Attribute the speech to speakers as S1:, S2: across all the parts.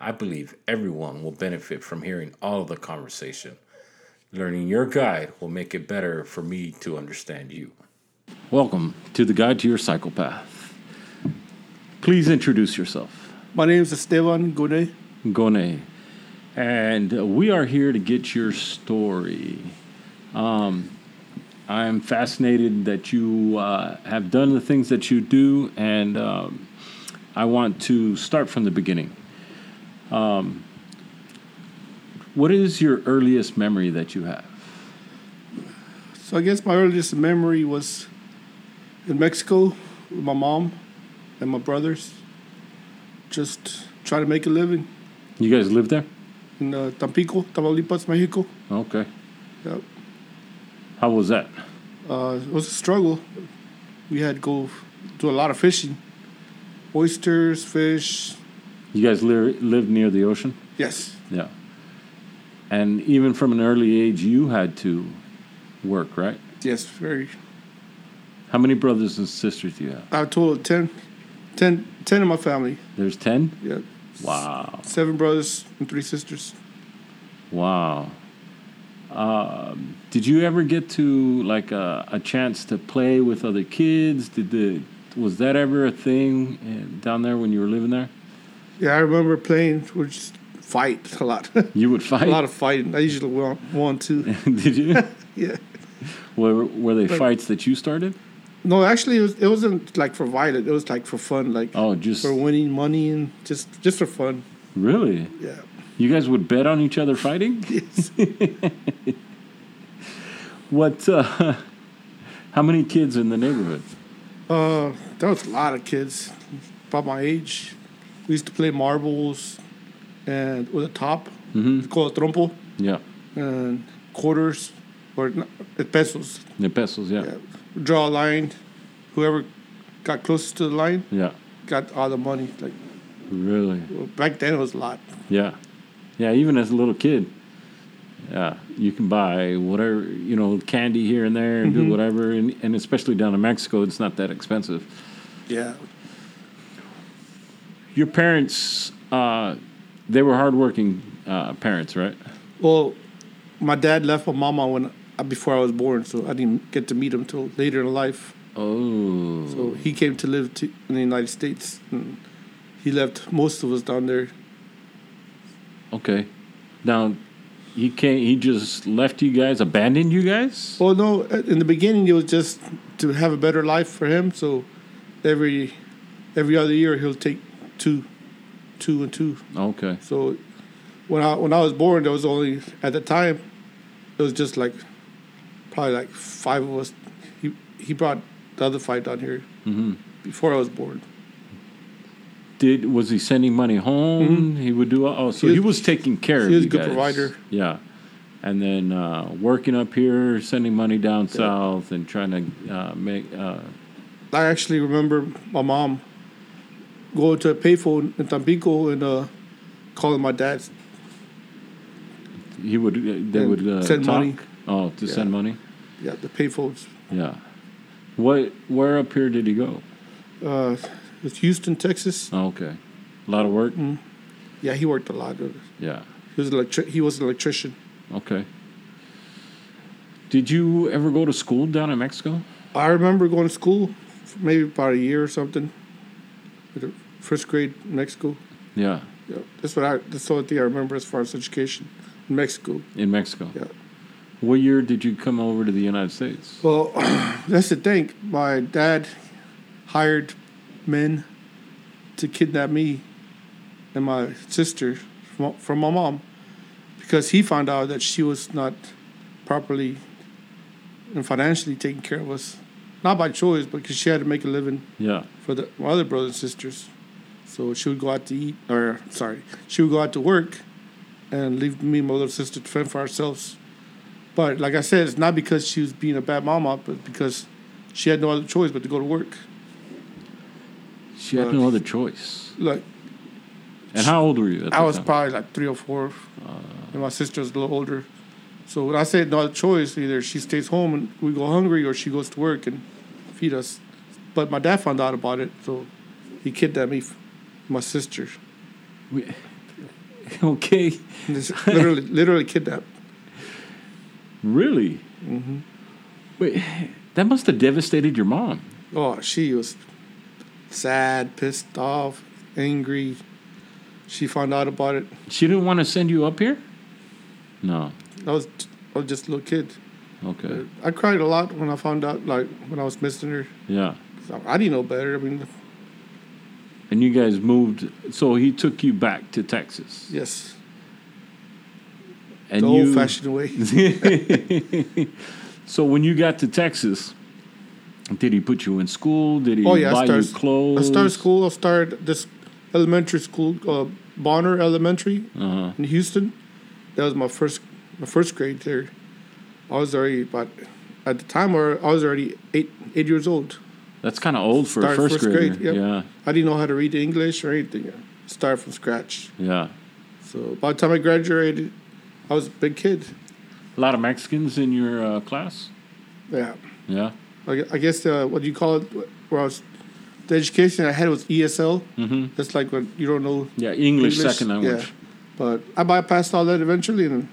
S1: I believe everyone will benefit from hearing all of the conversation. Learning your guide will make it better for me to understand you. Welcome to the Guide to Your Psychopath. Please introduce yourself.
S2: My name is Esteban Goudet.
S1: Gone. And uh, we are here to get your story. Um, I'm fascinated that you uh, have done the things that you do, and um, I want to start from the beginning. Um, what is your earliest memory that you have?
S2: So I guess my earliest memory was in Mexico with my mom and my brothers, just trying to make a living
S1: You guys live there?
S2: in uh, Tampico, Tamaulipas, Mexico.
S1: Okay.
S2: Yep.
S1: How was that?
S2: Uh, it was a struggle. We had to go do a lot of fishing, oysters, fish.
S1: You guys li- lived near the ocean?
S2: Yes,
S1: Yeah. And even from an early age, you had to work, right?
S2: yes, very.
S1: How many brothers and sisters do you have?
S2: I have a total of 10, 10, 10 in my family.
S1: There's 10?
S2: Yep.
S1: Wow.
S2: Seven brothers and three sisters.
S1: Wow. Um, did you ever get to like a, a chance to play with other kids? Did the was that ever a thing uh, down there when you were living there?
S2: Yeah, I remember playing. We just fight a lot,
S1: You would
S2: a
S1: fight.
S2: lot of fighting. I usually won, won too.
S1: did you?
S2: Yeah.
S1: were, were they
S2: But-
S1: fights that you started?
S2: No, actually, it, was, it wasn't like for violent. It was like for fun, like
S1: Oh, just
S2: for winning money and just just for fun.
S1: really?
S2: Yeah.
S1: You guys would bet on each other fighting?
S2: Yes.
S1: What? Uh, how many kids in the neighborhood?
S2: uh, there was a lot of kids about my age. We used to play marbles and with a top,
S1: Mhm.
S2: it's called trompo,
S1: Yeah,
S2: and quarters or n- pesos.
S1: the pesos. Yeah,
S2: Yeah. Draw a line. Whoever got closest to the line
S1: yeah,
S2: got all the money. Like
S1: really.
S2: back then, it was a lot.
S1: Yeah, yeah. Even as a little kid, yeah, you can buy whatever you know, candy here and there, and do whatever. And, and especially down in Mexico, it's not that expensive.
S2: Yeah.
S1: Your parents, uh, they were hardworking uh, parents, right?
S2: Well, my dad left my mama when uh, before I was born, so I didn't get to meet him till later in life.
S1: Oh,
S2: So he came to live to, in the United States, and he left most of us down there.
S1: okay. Now, he came. He just left you guys, abandoned you guys.
S2: Well, no, in the beginning it was just to have a better life for him. So every every other year he'll take two, two and two.
S1: Okay.
S2: So when I when I was born, there was only at the time it was just like probably like five of us. He he brought the other five down here before I was born.
S1: Did was he sending money home? He would do oh, so
S2: Mm-hmm. He
S1: he was,
S2: was-
S1: taking care of
S2: he was
S1: you
S2: a good
S1: guys.
S2: provider.
S1: Yeah, and then uh, working up here, sending money down south, and trying to uh, make. Uh,
S2: I actually remember my mom going to a payphone in Tampico and uh, calling my dad.
S1: he would uh, they
S2: And
S1: would uh,
S2: send
S1: talk.
S2: money.
S1: Oh, to send
S2: Yeah.
S1: money.
S2: Yeah, the payphones.
S1: Yeah. What? Where up here did he go?
S2: Uh, it's Houston, Texas.
S1: Oh, okay. A lot of work.
S2: Mm-hmm. Yeah, he worked a lot. He
S1: Yeah.
S2: was an electri- he was an electrician.
S1: Okay. Did you ever go to school down in Mexico?
S2: I remember going to school for maybe about a year or something. With the First grade in Mexico.
S1: Yeah,
S2: Yeah, that's what I that's the only thing I remember as far as education in Mexico.
S1: in Mexico.
S2: Yeah.
S1: What year did you come over to the United States?
S2: Well, that's the thing. My dad hired men to kidnap me and my sister from, from my mom because he found out that she was not properly and financially taking care of us. Not by choice, but because she had to make a living
S1: Yeah.
S2: for the, my other brothers and sisters. So she would go out to eat, or sorry, she would go out to work and leave me and my little sister to fend for ourselves. But like I said, it's not because she was being a bad mama, but because she had no other choice but to go to work.
S1: She had no other choice.
S2: Look,
S1: And how old were you? At
S2: I
S1: the
S2: was
S1: time?
S2: probably like three or four, and my sister was a little older. So when I said no other choice, either she stays home and we go hungry, or she goes to work and feed us. But my dad found out about it, so he kidnapped me, f- my sister.
S1: We- okay.
S2: Just literally, literally kidnapped.
S1: Really? Mm-hmm. Wait, that must have devastated your mom.
S2: Oh, she was sad, pissed off, angry. She found out about it.
S1: She didn't want to send you up here? No.
S2: I was, I was just a little kid.
S1: Okay.
S2: I cried a lot when I found out, like when I was missing her.
S1: Yeah.
S2: So I didn't know better. I mean,
S1: And you guys moved. So he took you back to Texas.
S2: yes,
S1: And
S2: the
S1: you,
S2: old-fashioned way.
S1: so when you got to Texas, did he put you in school? Did he
S2: Oh yeah,
S1: buy
S2: I started,
S1: you clothes?
S2: I started school. I started this elementary school, uh, Bonner Elementary
S1: Uh-huh.
S2: in Houston. That was my first my first grade there. I was already, but at the time, or I was already eight eight years old.
S1: That's kind of old for a
S2: Started
S1: first,
S2: first
S1: grader.
S2: grade, yep.
S1: Yeah.
S2: I didn't know how to read English or anything. Start from scratch.
S1: Yeah.
S2: So by the time I graduated, I was a big kid.
S1: A lot of Mexicans in your uh, class?
S2: Yeah.
S1: Yeah.
S2: I gue- I guess uh, what do you call it? Where I was, the education I had was ESL.
S1: Mhm.
S2: That's like when you don't know
S1: Yeah. English, second
S2: yeah.
S1: language.
S2: But I bypassed all that eventually and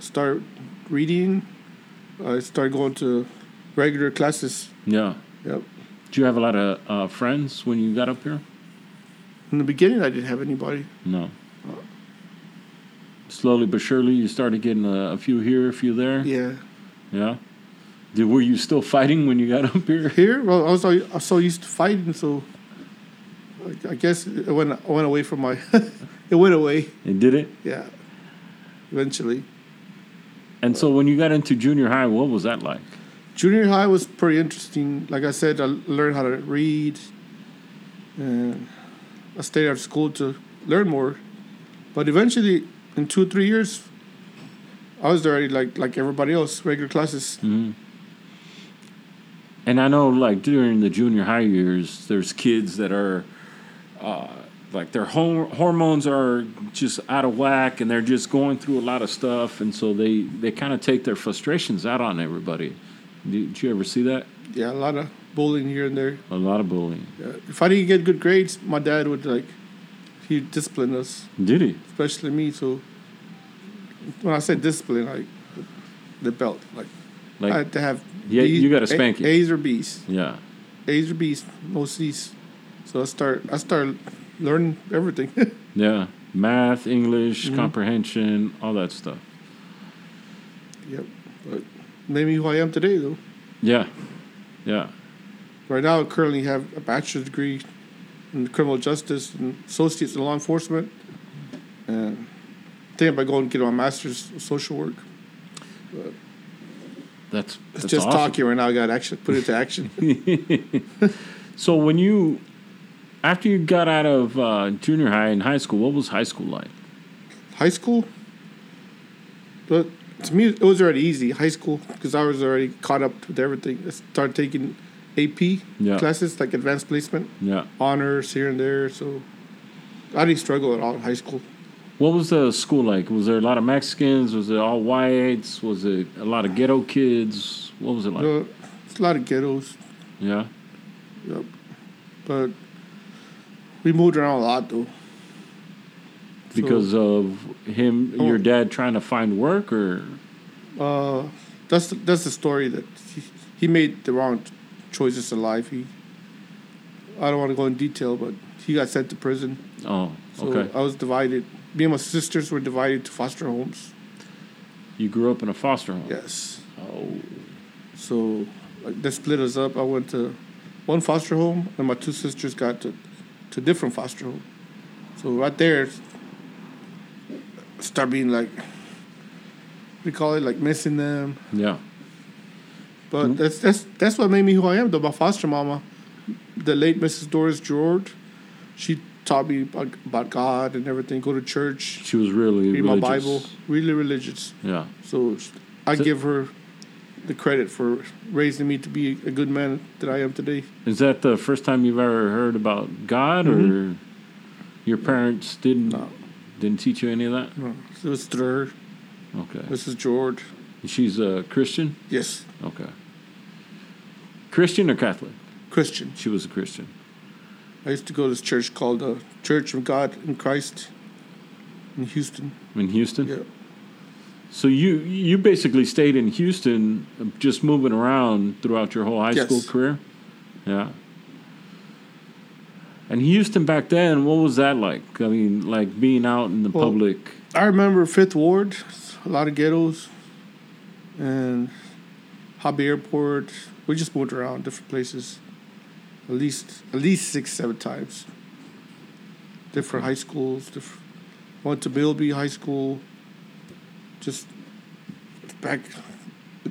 S2: start reading. I started going to regular classes.
S1: Yeah.
S2: Yep.
S1: Did you have a lot of uh, friends when you got up here?
S2: In the beginning, I didn't have anybody.
S1: No. Slowly but surely, you started getting a, a few here, a few there.
S2: Yeah.
S1: Yeah? Did, were you still fighting when you got up here?
S2: Here, well, I was so, I was so used to fighting, so I, I guess it went, I went away from my. it went away.
S1: And did it?
S2: Yeah. Eventually.
S1: And so when you got into junior high, what was that like?
S2: Junior high was pretty interesting. Like I said, I learned how to read, and I stayed at school to learn more. But eventually, in two three years, I was already like like everybody else, regular classes.
S1: And I know, like during the junior high years, there's kids that are, uh, like their hor- hormones are just out of whack, and they're just going through a lot of stuff, and so they they kind of take their frustrations out on everybody. Did, did you ever see that?
S2: Yeah, a lot of bullying here and there.
S1: A lot of bullying.
S2: Yeah. If I didn't get good grades, my dad would like he disciplined us,
S1: Did he?
S2: especially me. So when I say discipline, like the belt, like,
S1: Like,
S2: I had to have
S1: Yeah,
S2: B's-
S1: you got a
S2: A-
S1: spanking.
S2: A's or B's.
S1: yeah.
S2: A's or B's, no C's. So I start I start learning everything.
S1: Yeah, math, English,
S2: Mm-hmm.
S1: comprehension, all that stuff.
S2: yep. But made me who I am today though.
S1: Yeah, yeah,
S2: Right now I currently have a bachelor's degree in criminal justice and associates in law enforcement. And thinking about going to get my master's in social work.
S1: that's
S2: It's
S1: that's
S2: just
S1: awesome.
S2: talking right now, I gotta actually put it to action.
S1: So when you, after you got out of uh, junior high and high school, what was high school like?
S2: High school? But to me it was already easy, high school, because I was already caught up with everything. I started taking AP
S1: Yeah.
S2: classes like advanced placement.
S1: Yeah.
S2: honors here and there. So I didn't struggle at all in high school.
S1: What was the school like? Was there a lot of Mexicans? Was it all whites? Was it a lot of ghetto kids? What was it like?
S2: Uh, it's a lot of ghettos,
S1: Yeah.
S2: yep. but we moved around a lot though.
S1: Because of him,
S2: Oh.
S1: your dad trying to find work, or
S2: Uh, that's the, that's the story that he, he made the wrong choices in life. He I don't want to go in detail, but he got sent to prison.
S1: oh,
S2: So uh,
S1: okay.
S2: I was divided. Me and my sisters were divided to foster homes.
S1: You grew up in a foster home.
S2: Yes.
S1: Oh,
S2: So like, they split us up. I went to one foster home, and my two sisters got to to different foster home. So right there, start being like we call it like missing them.
S1: yeah.
S2: But
S1: Mm-hmm.
S2: that's that's that's what made me who I am. Though my foster mama, the late Mrs. Doris George, she taught me about about God and everything. Go to church,
S1: She was really
S2: read
S1: religious.
S2: my Bible. Really religious.
S1: Yeah.
S2: So sh- I give her the credit for raising me to be a good man that I am today.
S1: Is that the first time you've ever heard about God, or your parents didn't
S2: Mm-hmm. No.
S1: didn't teach you any of that?
S2: So it's through her,
S1: Okay.
S2: Mrs. George.
S1: She's a Christian.
S2: Yes,
S1: Okay. Christian or Catholic?
S2: Christian.
S1: She was a Christian.
S2: I used to go to this church called uh, Church of God in Christ in Houston.
S1: In Houston.
S2: Yeah.
S1: So you you basically stayed in Houston, just moving around throughout your whole high
S2: Yes.
S1: school career. Yeah. And Houston back then, what was that like? I mean, like being out in the
S2: Well-
S1: public.
S2: I remember Fifth Ward, a lot of ghettos, and Hobby Airport. We just moved around different places, at least at least six, seven times. Different high schools. Different, went to Bilby High School. Just back,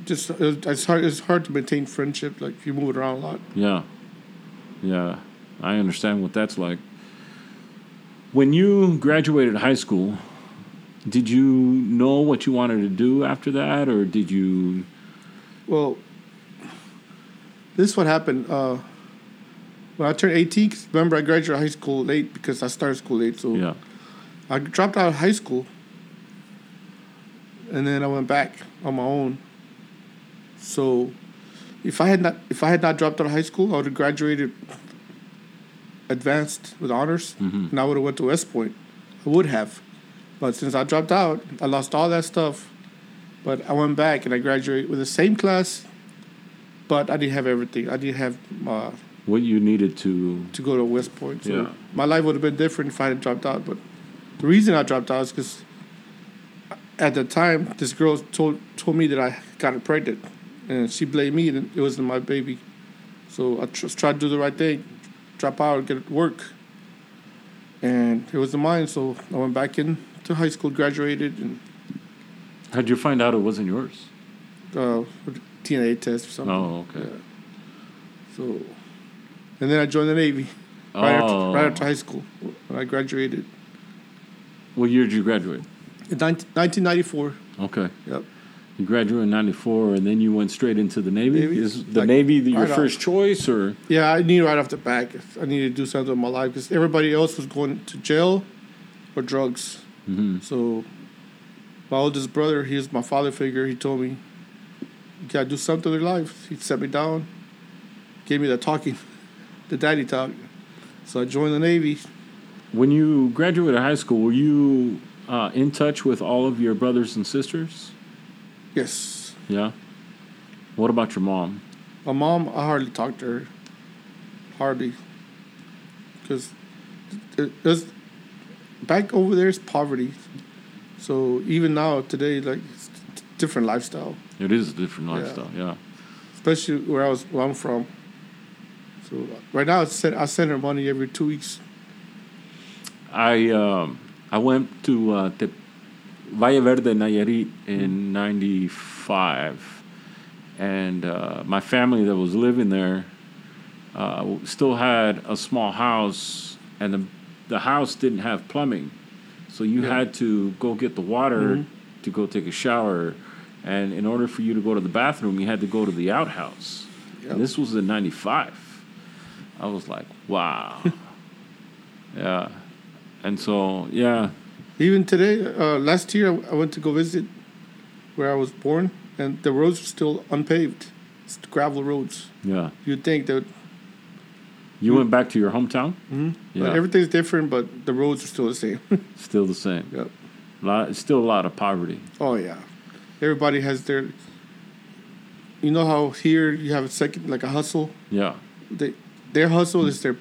S2: just it was- it's hard. It's hard to maintain friendship like if you move around a lot.
S1: Yeah. Yeah. I understand what that's like. When you graduated high school, did you know what you wanted to do after that, or did you?
S2: Well, this is what happened. Uh, when I turned 18, 'cause remember I graduated high school late because I started school late. So
S1: Yeah.
S2: I dropped out of high school. And then I went back on my own. So if I had not if I had not dropped out of high school, I would have graduated advanced with honors and I would have went to West Point. I would have. But since I dropped out, I lost all that stuff. But I went back and I graduated with the same class, but I didn't have everything. I didn't have uh,
S1: What you needed to
S2: to go to West Point. So
S1: Yeah.
S2: my life would have been different if I had dropped out. But the reason I dropped out is because at the time, this girl told told me that I got her pregnant, and she blamed me, and it wasn't my baby. So I tr- tried to do the right thing, drop out, get work, and it wasn't mine. So I went back into high school, graduated, and
S1: How'd you find out it wasn't yours?
S2: uh, with DNA test or something.
S1: Oh, okay.
S2: So, and then I joined the Navy right,
S1: Oh.
S2: after, right after high school when I graduated.
S1: What year did you graduate?
S2: In 19- 1994.
S1: Okay.
S2: Yep.
S1: You graduated in 94 and then you went straight into the Navy?
S2: Navy.
S1: Is the
S2: Like,
S1: Navy the, your
S2: right off.
S1: first choice or?
S2: Yeah, I knew right off the back I needed to do something with my life because everybody else was going to jail or drugs. So, my oldest brother, he was my father figure. He told me, "You gotta do something with your life." He set me down, gave me the talking, the daddy talk. So I joined the Navy.
S1: When you graduated high school, were you uh, in touch with all of your brothers and sisters?
S2: Yes,
S1: Yeah. What about your mom?
S2: My mom, I hardly talked to her. Hardly. Because there's, back over there is poverty. So even now, today, like, it's d- different lifestyle,
S1: It is a different lifestyle, yeah.
S2: especially where I was, where I'm from. So right now, I send, I send her money every two weeks.
S1: I um, I went to uh, Te- Valle Verde, Nayarit in 95. And uh, my family that was living there uh, w- still had a small house, and the, the house didn't have plumbing. So you had to go get the water to go take a shower. And in order for you to go to the bathroom, you had to go to the outhouse.
S2: Yep.
S1: And this was in 95. I was like, wow. yeah. And so, yeah,
S2: Even today, uh, last year, I went to go visit where I was born, and the roads were still unpaved. It's gravel roads.
S1: yeah.
S2: You'd think that
S1: You went back to your hometown? Mm-hmm. Yeah.
S2: like, everything's different, but the roads are still the same.
S1: still the same.
S2: Yep.
S1: Lot, still a lot of poverty.
S2: Oh yeah, everybody has their. You know how here you have a second like a hustle.
S1: Yeah.
S2: They, their hustle is their,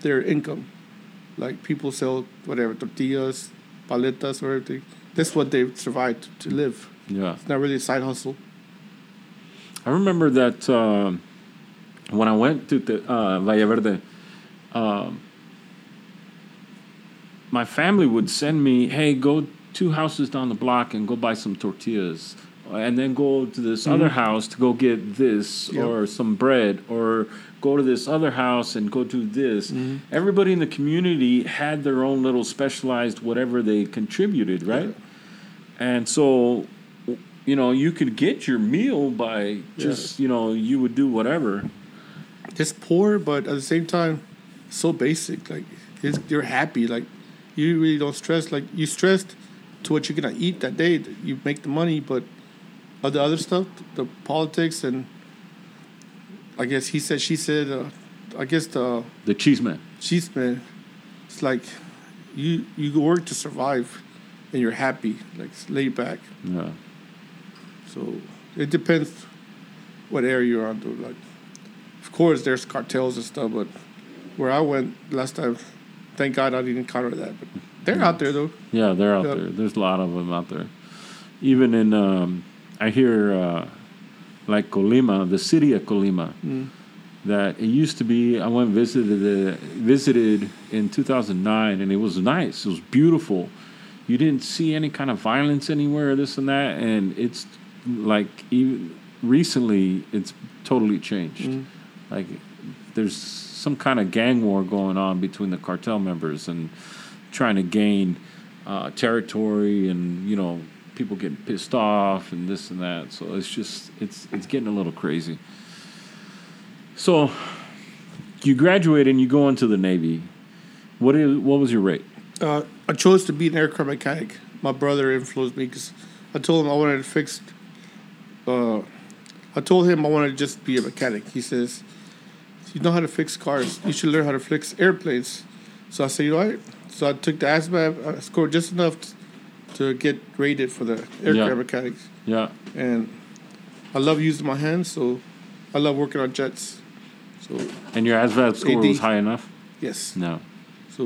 S2: their income. Like people sell whatever tortillas, paletas, or everything. That's what they survive to, to live.
S1: Yeah.
S2: It's not really a side hustle.
S1: I remember that um when I went to the, uh, Valle Verde, um, my family would send me, "Hey, go two houses down the block and go buy some tortillas." and then go to this other house to go get this
S2: Yep.
S1: or some bread or go to this other house and go do this. Everybody in the community had their own little specialized whatever they contributed, right? And so you know, you could get your meal by just, you know, you would do whatever.
S2: It's poor, but at the same time, so basic. Like it's, you're happy. Like you really don't stress. Like you stressed to what you're gonna eat that day. You make the money, but of the other stuff, the politics and I guess he said, she said. Uh, I guess the
S1: The cheese man.
S2: cheese man. It's like you you work to survive, and you're happy. Like it's laid back.
S1: Yeah.
S2: So it depends what area you're on, dude. Like, of course, there's cartels and stuff, but where I went last time, thank God I didn't encounter that. But they're out there, though.
S1: Yeah, they're out
S2: Yep.
S1: there. There's a lot of them out there. Even in, um, I hear, uh, like Colima, the city of Colima, that it used to be. I went and visited it, visited in 2009, and it was nice. It was beautiful. You didn't see any kind of violence anywhere, this and that. And it's like even recently, it's totally changed. Like there's some kind of gang war going on between the cartel members and trying to gain uh, territory and you know people getting pissed off and this and that so it's just it's it's getting a little crazy so you graduate and you go into the navy what is what was your rate
S2: Uh, I chose to be an aircraft mechanic. My brother influenced me because I told him I wanted to fix. Uh, I told him I wanted to just be a mechanic. He says, "You know how to fix cars. You should learn how to fix airplanes." So I said, "You know what?" So I took the ASVAB. I scored just enough t- to get rated for the aircraft
S1: Yeah.
S2: mechanics,
S1: yeah
S2: and I love using my hands. So I love working on jets. So
S1: and your ASVAB score
S2: AD.
S1: was high enough
S2: yes.
S1: no
S2: So,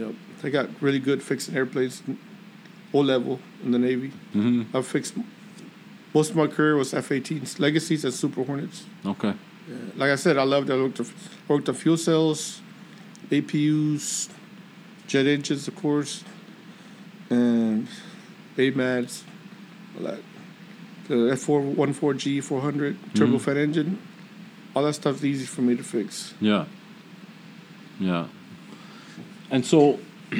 S2: yep, I got really good fixing airplanes, O level in the Navy.
S1: hmm
S2: I fixed most of my career was F-18s, Legacies, and Super Hornets.
S1: okay
S2: Like I said, I loved. I worked the worked the fuel cells, APUs, jet engines, of course, and AMADs, all that. The F414G 400 turbofan engine, all that stuff's easy for me to fix.
S1: Yeah. Yeah. And so,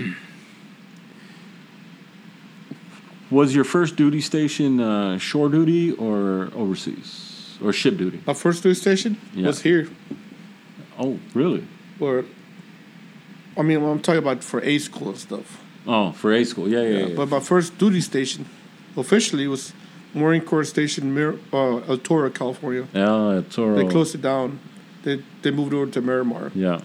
S1: was your first duty station uh, shore duty or overseas or ship duty?
S2: My first news station
S1: Yeah.
S2: was here
S1: Oh, really?
S2: Or, I mean, I'm talking about for A school and stuff.
S1: Oh, for A school. Yeah, yeah, yeah.
S2: But my first duty station, officially, was Marine Corps Station, Mir- uh, El Toro, California.
S1: El Toro.
S2: They closed it down. They they moved over to Miramar,
S1: Yeah,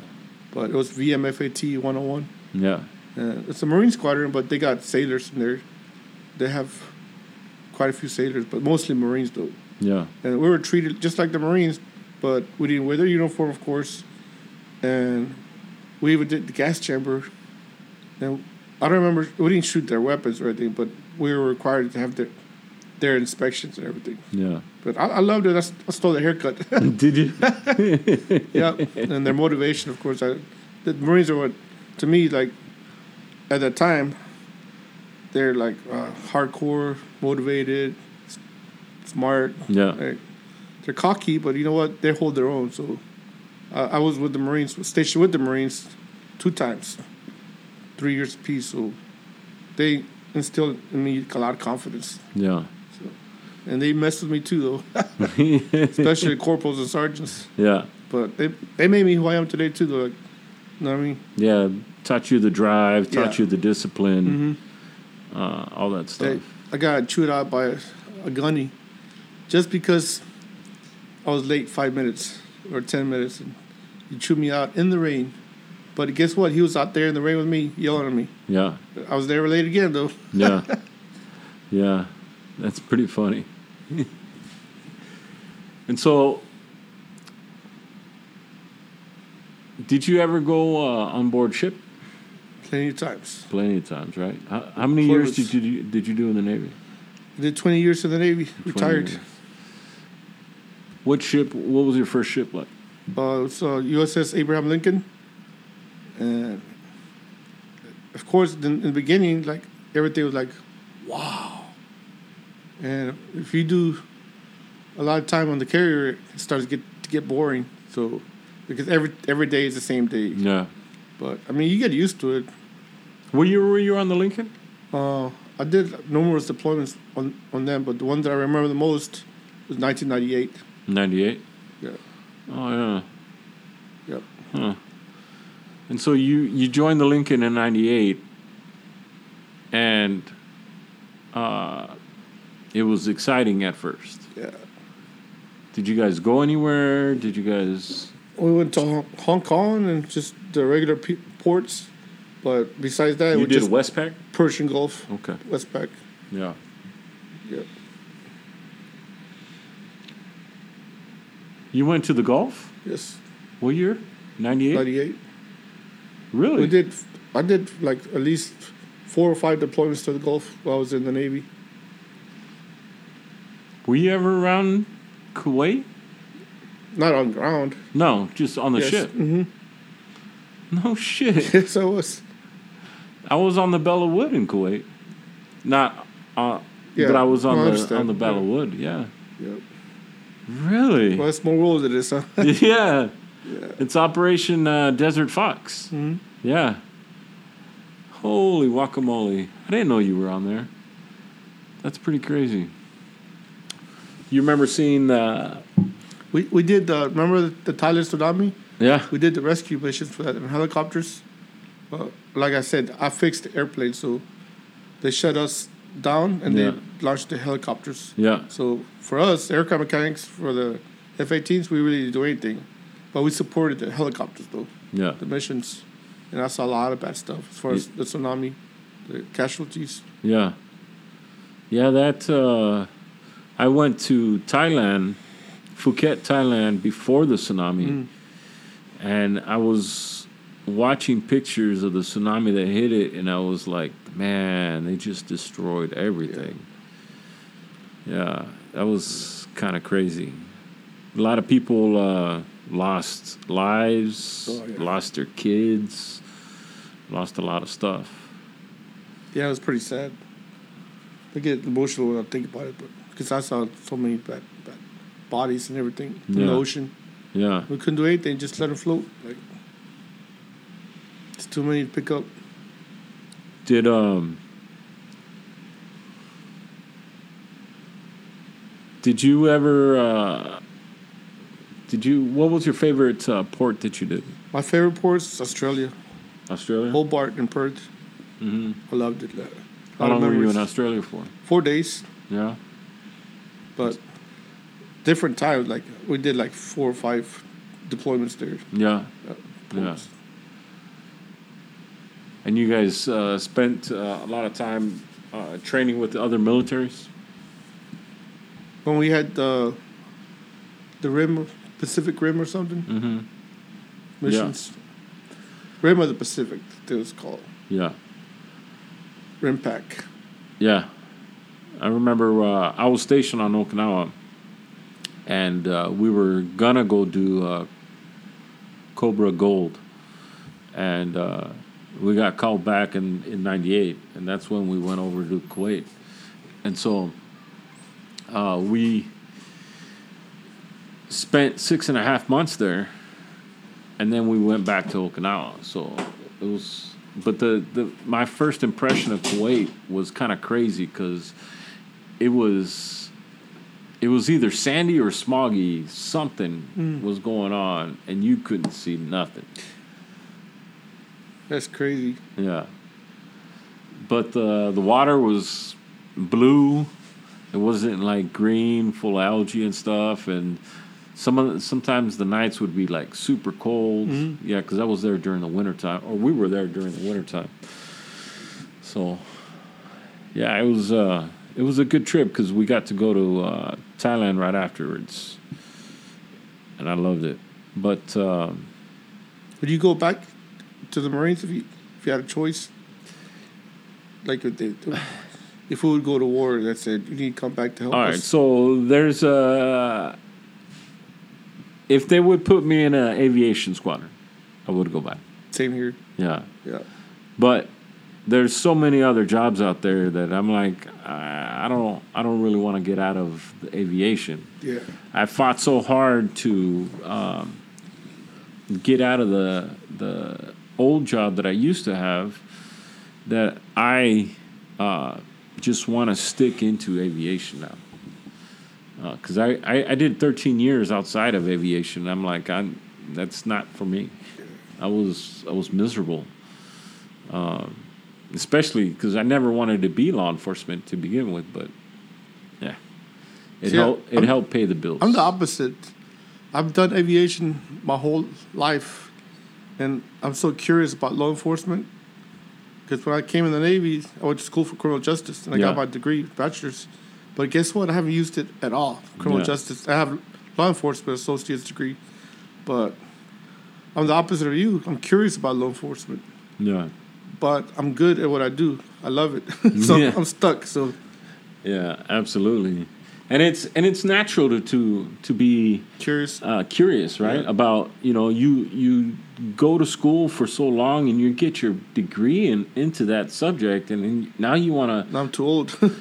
S2: but it was VMFAT 101.
S1: yeah.
S2: Uh, it's a Marine squadron, but they got sailors in there. They have quite a few sailors, but mostly Marines though.
S1: Yeah,
S2: And we were treated just like the Marines, but we didn't wear their uniform, of course. And we even did the gas chamber. And I don't remember, we didn't shoot their weapons or anything, but we were required to have their, their inspections and everything.
S1: yeah.
S2: But I, I loved it. I, s- I stole their haircut.
S1: Did you?
S2: yeah. And their motivation, of course. I, the Marines are what, to me, like, at that time, they're like uh, hardcore, motivated, s- smart,
S1: Yeah,
S2: like, they're cocky, but you know what? They hold their own. So I I was with the Marines, stationed with the Marines two times, three years apiece. So they instilled in me a lot of confidence.
S1: yeah,
S2: So, and they messed with me too, though, especially the corporals and sergeants.
S1: yeah,
S2: But they, they made me who I am today, too. Though. Like, you know what I mean?
S1: yeah. Taught you the drive, taught
S2: Yeah.
S1: you the discipline, uh, all that stuff.
S2: They, I got chewed out by a, a gunny just because I was late five minutes or ten minutes, and he chewed me out in the rain. But guess what? He was out there in the rain with me, yelling at me.
S1: Yeah.
S2: I was there late again, though.
S1: Yeah. yeah. That's pretty funny. and so, did you ever go uh, on board ship?
S2: Plenty of times.
S1: Plenty of times, right? How, how many
S2: Four
S1: years
S2: weeks.
S1: did you do- did you do in the Navy?
S2: I did twenty years in the Navy,
S1: 20
S2: retired.
S1: years. What ship? What was your first ship like?
S2: Uh, it's uh, USS Abraham Lincoln, uh, and of course, in, in the beginning, like everything was like, wow, And if you do a lot of time on the carrier, it starts to get to get boring. So because every every day is the same day.
S1: Yeah.
S2: But I mean, you get used to it.
S1: Were you were you on the Lincoln?
S2: Uh, I did numerous deployments on on them, but the one that I remember the most was 1998.
S1: Ninety eight.
S2: Yeah.
S1: Oh yeah.
S2: Yep.
S1: And so you you joined the Lincoln in '98, and uh, it was exciting at first.
S2: Yeah.
S1: Did you guys go anywhere? Did you guys?
S2: We went to Hon- Hong Kong and just the regular pe- ports, but besides that,
S1: You
S2: we
S1: did
S2: just
S1: Westpac.
S2: Persian Gulf,
S1: Okay.
S2: Westpac.
S1: Yeah.
S2: Yep.
S1: You went to the Gulf.
S2: Yes.
S1: What year? '98.
S2: 98.
S1: Really?
S2: We did. I did like at least four or five deployments to the Gulf while I was in the Navy.
S1: Were you ever around Kuwait?
S2: Not on ground.
S1: No, just on the
S2: yes.
S1: ship.
S2: hmm
S1: No shit.
S2: Yes, I was.
S1: I was on the Bella Wood in Kuwait. Not, uh,
S2: Yeah,
S1: but I was on
S2: no, I
S1: the on
S2: understand.
S1: the Bella
S2: Yeah.
S1: Wood. Yeah.
S2: Yep.
S1: Really?
S2: Well, it's more world it is, huh?
S1: yeah. It's Operation uh, Desert Fox.
S2: Mhm.
S1: Yeah. Holy guacamole! I didn't know you were on there. That's pretty crazy. You remember seeing? Uh,
S2: we we did. Uh, remember the, the Thailand tsunami?
S1: yeah.
S2: We did the rescue missions for that in helicopters. Uh, like I said, I fixed the airplane, so they shut us down and
S1: Yeah.
S2: they launched the helicopters.
S1: Yeah.
S2: So for us, aircraft mechanics for the F-18s, we really didn't do anything, but we supported the helicopters though
S1: Yeah.
S2: the missions, and I saw a lot of bad stuff as far as the tsunami, the casualties.
S1: Yeah. Yeah, that uh I went to Thailand, Phuket, Thailand before the tsunami.
S2: Mm.
S1: And I was watching pictures of the tsunami that hit it and I was like, man, they just destroyed everything. Yeah, that was kind of crazy. A lot of people uh lost lives,
S2: Oh, yeah.
S1: lost their kids, lost a lot of stuff.
S2: Yeah, it was pretty sad. I get emotional when I think about it, but because I saw so many bad, bad bodies and everything in
S1: Yeah.
S2: the ocean,
S1: Yeah.
S2: we couldn't do anything. Just let them float. Like it's too many to pick up.
S1: Did um Did you ever uh did you what was your favorite uh, port that you did?
S2: My favorite port is Australia,
S1: Australia?
S2: Hobart and Perth.
S1: Mhm.
S2: I loved it.
S1: How long were you in Australia for?
S2: Four days,
S1: Yeah.
S2: but different times. Like we did like four or five deployments there.
S1: Yeah.
S2: Uh,
S1: Yeah.
S2: ports.
S1: And you guys uh, spent uh, a lot of time uh, training with the other militaries?
S2: when we had the the rim Pacific Rim or something
S1: Mhm.
S2: missions. Rim of the Pacific, it was called
S1: Yeah.
S2: Rim Pack.
S1: Yeah. I remember uh, I was stationed on Okinawa, and uh, we were gonna go do uh, Cobra Gold, and uh, we got called back in in '98, and that's when we went over to Kuwait, and so uh, we spent six and a half months there, and then we went back to Okinawa. So it was, but the, the my first impression of Kuwait was kind of crazy because it was it was either sandy or smoggy. Something was going on, and you couldn't see nothing.
S2: That's crazy.
S1: Yeah. But uh, the the water was blue. It wasn't like green, full of algae and stuff. And some of the, sometimes the nights would be like super cold. Yeah, because I was there during the winter time, or we were there during the winter time. So, yeah, it was uh, it was a good trip because we got to go to uh, Thailand right afterwards, and I loved it. But um,
S2: Would you go back to the Marines if you if you had a choice? Like if they, if we would go to war, that's it. You need to come back to help
S1: All right,
S2: us.
S1: so there's a. If they would put me in an aviation squadron, I would go back.
S2: Same here.
S1: Yeah,
S2: Yeah.
S1: but there's so many other jobs out there that I'm like, I, I don't, I don't really want to get out of the aviation.
S2: Yeah.
S1: I fought so hard to um, get out of the the old job that I used to have that I uh, just want to stick into aviation now. Because I, I, I did 13 years outside of aviation. I'm like, I'm, that's not for me. I was I was miserable, um, especially because I never wanted to be law enforcement to begin with. But yeah, it
S2: See,
S1: helped it
S2: I'm-
S1: helped pay the bills.
S2: I'm the opposite. I've done aviation my whole life, and I'm so curious about law enforcement. Because when I came in the Navy, I went to school for criminal justice, and I
S1: Yeah.
S2: got my degree, bachelor's. But guess what? I haven't used it at all. Criminal
S1: Yeah.
S2: justice. I have law enforcement associate's degree, but I'm the opposite of you. I'm curious about law enforcement,
S1: yeah.
S2: but I'm good at what I do. I love it. so
S1: Yeah.
S2: I'm stuck. So
S1: Yeah, absolutely. And it's and it's natural to to, to be
S2: curious.
S1: uh, curious, right?
S2: Yeah.
S1: About you know you you go to school for so long and you get your degree in, into that subject, and then now you want
S2: And I'm too old.
S1: to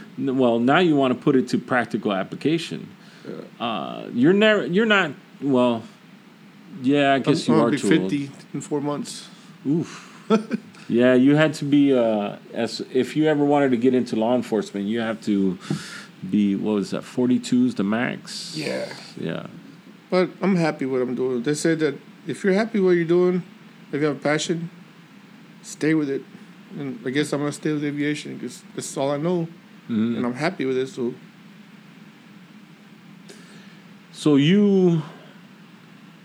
S1: well now you want to put it to practical application. Uh, you're never you're not well. Yeah, I guess
S2: I'm
S1: you
S2: gonna
S1: are
S2: be
S1: too
S2: 50 in four months.
S1: old. Oof. yeah, you had to be uh, as if you ever wanted to get into law enforcement, you have to be what was that? Forty two is the max.
S2: Yeah.
S1: Yeah.
S2: But I'm happy with what I'm doing. They said that if you're happy with what you're doing, if you have passion, stay with it. And I guess I'm gonna stay with aviation because that's all I know, and I'm happy with it. So
S1: So you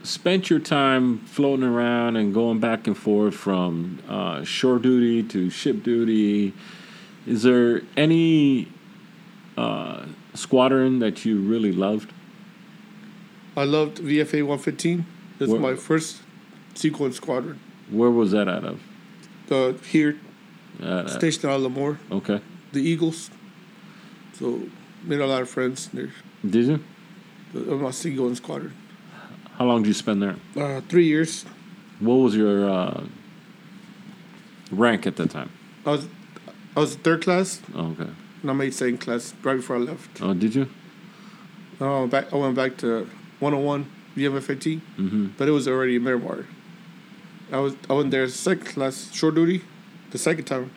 S1: spent your time floating around and going back and forth from uh, shore duty to ship duty. Is there any uh, squadron that you really loved?
S2: I loved VFA 115. That's
S1: Wha-
S2: my first sequence squadron.
S1: Where was that out of?
S2: Uh, here,
S1: Out of-
S2: stationed out of Lemoore,
S1: okay.
S2: the Eagles. So made a lot of friends there.
S1: Did you?
S2: I'm my sequence squadron.
S1: How long did you spend there?
S2: Uh, three years.
S1: What was your uh, rank at that time?
S2: I was I was third class,
S1: Oh, okay.
S2: and I made second class right before I left.
S1: Oh, did you?
S2: I went back. I went back to 101 VMFAT,
S1: Mhm.
S2: but it was already in Miramar. I was I went there second class short duty, the second time,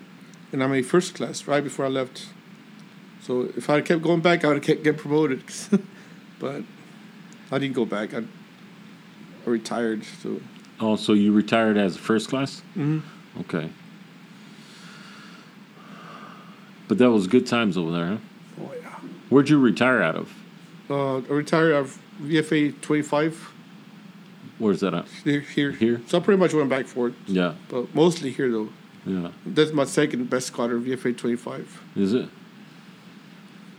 S2: and I made first class right before I left. So if I had kept going back, I would have kept getting promoted. but I didn't go back. I, I retired. So
S1: Oh, so you retired as first class?
S2: Mhm.
S1: Okay. But that was good times over there, huh?
S2: oh yeah.
S1: Where'd you retire out of?
S2: Uh, I retired at VFA 25
S1: Where's that at?
S2: here, here.
S1: Here?
S2: So I pretty much went back for it,
S1: Yeah,
S2: but mostly here though.
S1: yeah.
S2: That's my second best squadron, VFA 25.
S1: Is it?